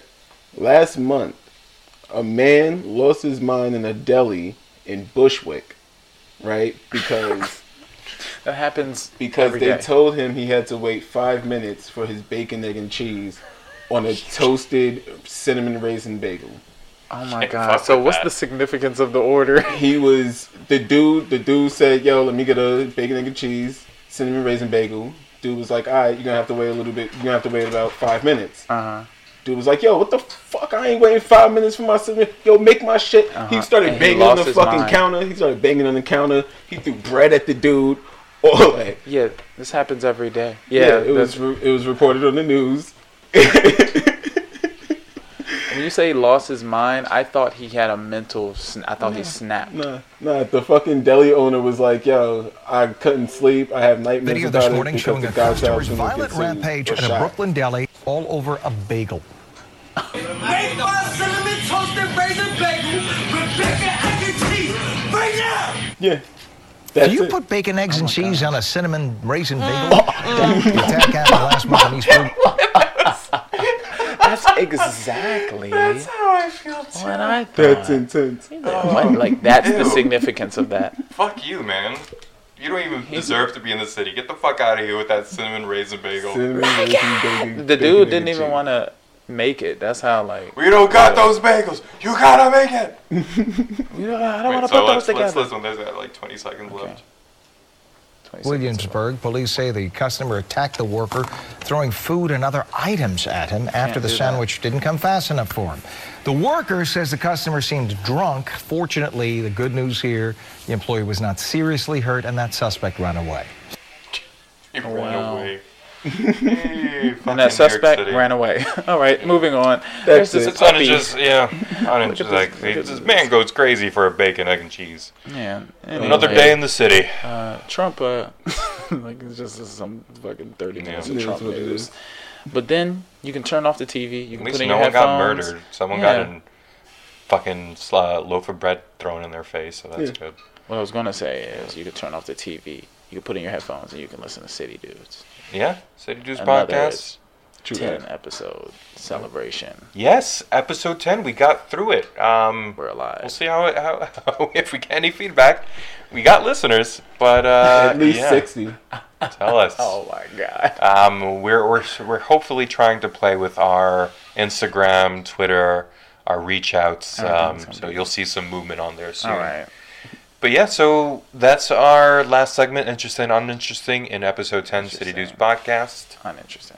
S5: Last month, a man lost his mind in a deli in Bushwick, right? Because
S4: That happens
S5: because
S4: every
S5: they
S4: day.
S5: told him he had to wait five minutes for his bacon, egg, and cheese on a toasted cinnamon raisin bagel.
S4: oh my
S3: Can't
S4: god.
S3: fuck
S4: So
S3: with
S4: what's
S3: that.
S4: the significance of the order?
S5: He was the dude. The dude said, "Yo, let me get a bacon, egg, and cheese cinnamon raisin bagel." Dude was like, "All right, you're gonna have to wait a little bit. You're gonna have to wait about five minutes."
S4: Uh huh.
S5: Dude was like, "Yo, what the fuck? I ain't waiting five minutes for my cinnamon. Yo, make my shit." He
S4: Uh-huh.
S5: started
S4: And he
S5: banging
S4: lost
S5: on the
S4: his
S5: fucking
S4: mind.
S5: counter. He started banging on the counter. He threw bread at the dude. All that.
S4: Yeah, this happens every day.
S5: Yeah,
S4: Yeah,
S5: it was
S4: that's-
S5: re- it was reported on the news.
S4: When you say he lost his mind, I thought he had a mental. Sn- I thought he snapped.
S5: Nah, nah. The fucking deli owner was like, "Yo, I couldn't sleep. I have nightmares
S10: Video
S5: about
S10: this
S5: it
S10: morning
S5: because
S10: showing
S5: the
S10: a
S5: guy said I
S10: customer's
S5: was gonna get
S10: violent
S5: sued
S10: rampage
S5: or
S10: at a
S5: shot."
S10: Brooklyn deli all over a bagel.
S11: Make my cinnamon toast and raisin bagel with bacon, egg, and cheese. Bring it up!
S5: Yeah, that's
S10: Do you
S5: it.
S10: put bacon, eggs, and cheese on a cinnamon raisin
S4: Mm.
S10: bagel?
S4: Oh,
S10: the attack happened last month on East Brook-
S4: That's exactly
S3: how Oh, I feel too.
S4: what I thought.
S10: Oh
S5: that's intense.
S4: What? Like that's the significance of that.
S3: Fuck you, man. You don't even deserve to be in the city. Get the fuck out of here with that cinnamon raisin bagel.
S5: Cinnamon raisin bacon-
S4: The
S5: bacon,
S4: dude
S5: egg,
S4: didn't
S5: and
S4: even
S5: cheese.
S4: want to make it. That's how like
S3: We don't got those bagels. You gotta make it.
S4: you know, I don't
S3: Wait,
S4: want to
S3: so
S4: put those
S3: let's, let's
S4: together.
S3: listen. There's uh, like 20 seconds left.
S10: Williamsburg. Police say the customer attacked the worker, throwing food and other items at him after
S4: Can't
S10: the
S4: do that.
S10: sandwich didn't come fast enough for him. The worker says the customer seemed drunk. Fortunately, the good news here the employee was not seriously hurt, and that suspect ran away.
S3: He
S4: Wow.
S3: ran away. hey, fucking
S4: And that suspect
S3: New York City.
S4: ran away. All right, moving on. There's
S5: That's
S4: this
S5: it.
S3: It's on
S4: puppy.
S3: just yeah. On
S4: at this-
S3: like
S4: look at
S3: this,
S4: this.
S3: man goes crazy for a bacon, egg, and cheese.
S4: Yeah.
S3: Another
S4: anyway,
S3: day in the city.
S4: Uh, Trump. Uh, like it's just some fucking thirty minutes
S5: Yeah,
S4: of Trump
S5: that's what it
S4: news.
S5: is.
S4: But then you can turn off the TV. You
S3: At
S4: can
S3: least
S4: put in
S3: no
S4: your
S3: one got
S4: headphones.
S3: murdered. Someone
S4: Yeah.
S3: got a fucking sla- loaf of bread thrown in their face, so that's good.
S4: What I was gonna say is you could turn off the TV. You could put in your headphones and you can listen to City Dudes.
S3: Yeah, City Dudes
S4: Another
S3: podcast.
S5: True
S4: Ten
S5: that.
S4: episode celebration.
S3: Yes, episode 10. We got through it. Um,
S4: We're alive.
S3: we'll see how, it- how, how if we get any feedback. We got listeners, but uh,
S5: At least
S3: yeah,
S5: sixty.
S3: Tell us.
S4: Oh my god.
S3: Um, we're, we're, we're hopefully trying to play with our Instagram, Twitter, our reach outs. Um,
S4: Everything's gonna
S3: so
S4: be-
S3: you'll see some movement on there soon.
S4: All right.
S3: But yeah, so that's our last segment, Interesting, Uninteresting, in episode 10, City Dudes Podcast.
S4: Uninteresting.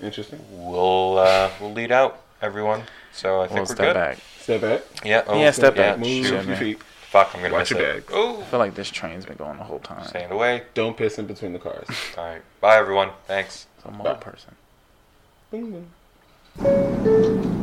S5: Interesting.
S3: We'll, uh, we'll lead out, everyone. So I think
S4: We'll
S3: we're
S4: step
S3: good.
S4: back.
S5: Step back.
S3: Yeah, oh,
S4: Yeah, step back.
S5: Move
S3: shoot.
S4: Shit,
S5: your
S4: man.
S5: feet.
S3: Fuck, I'm gonna
S5: Watch
S3: miss
S5: your
S3: it.
S5: bag.
S3: Oh,
S4: I feel like this train's been going the whole time.
S3: staying away.
S5: Don't piss in between the cars.
S3: All right, bye everyone. Thanks.
S4: I'm a mole person.
S5: Bing, bing.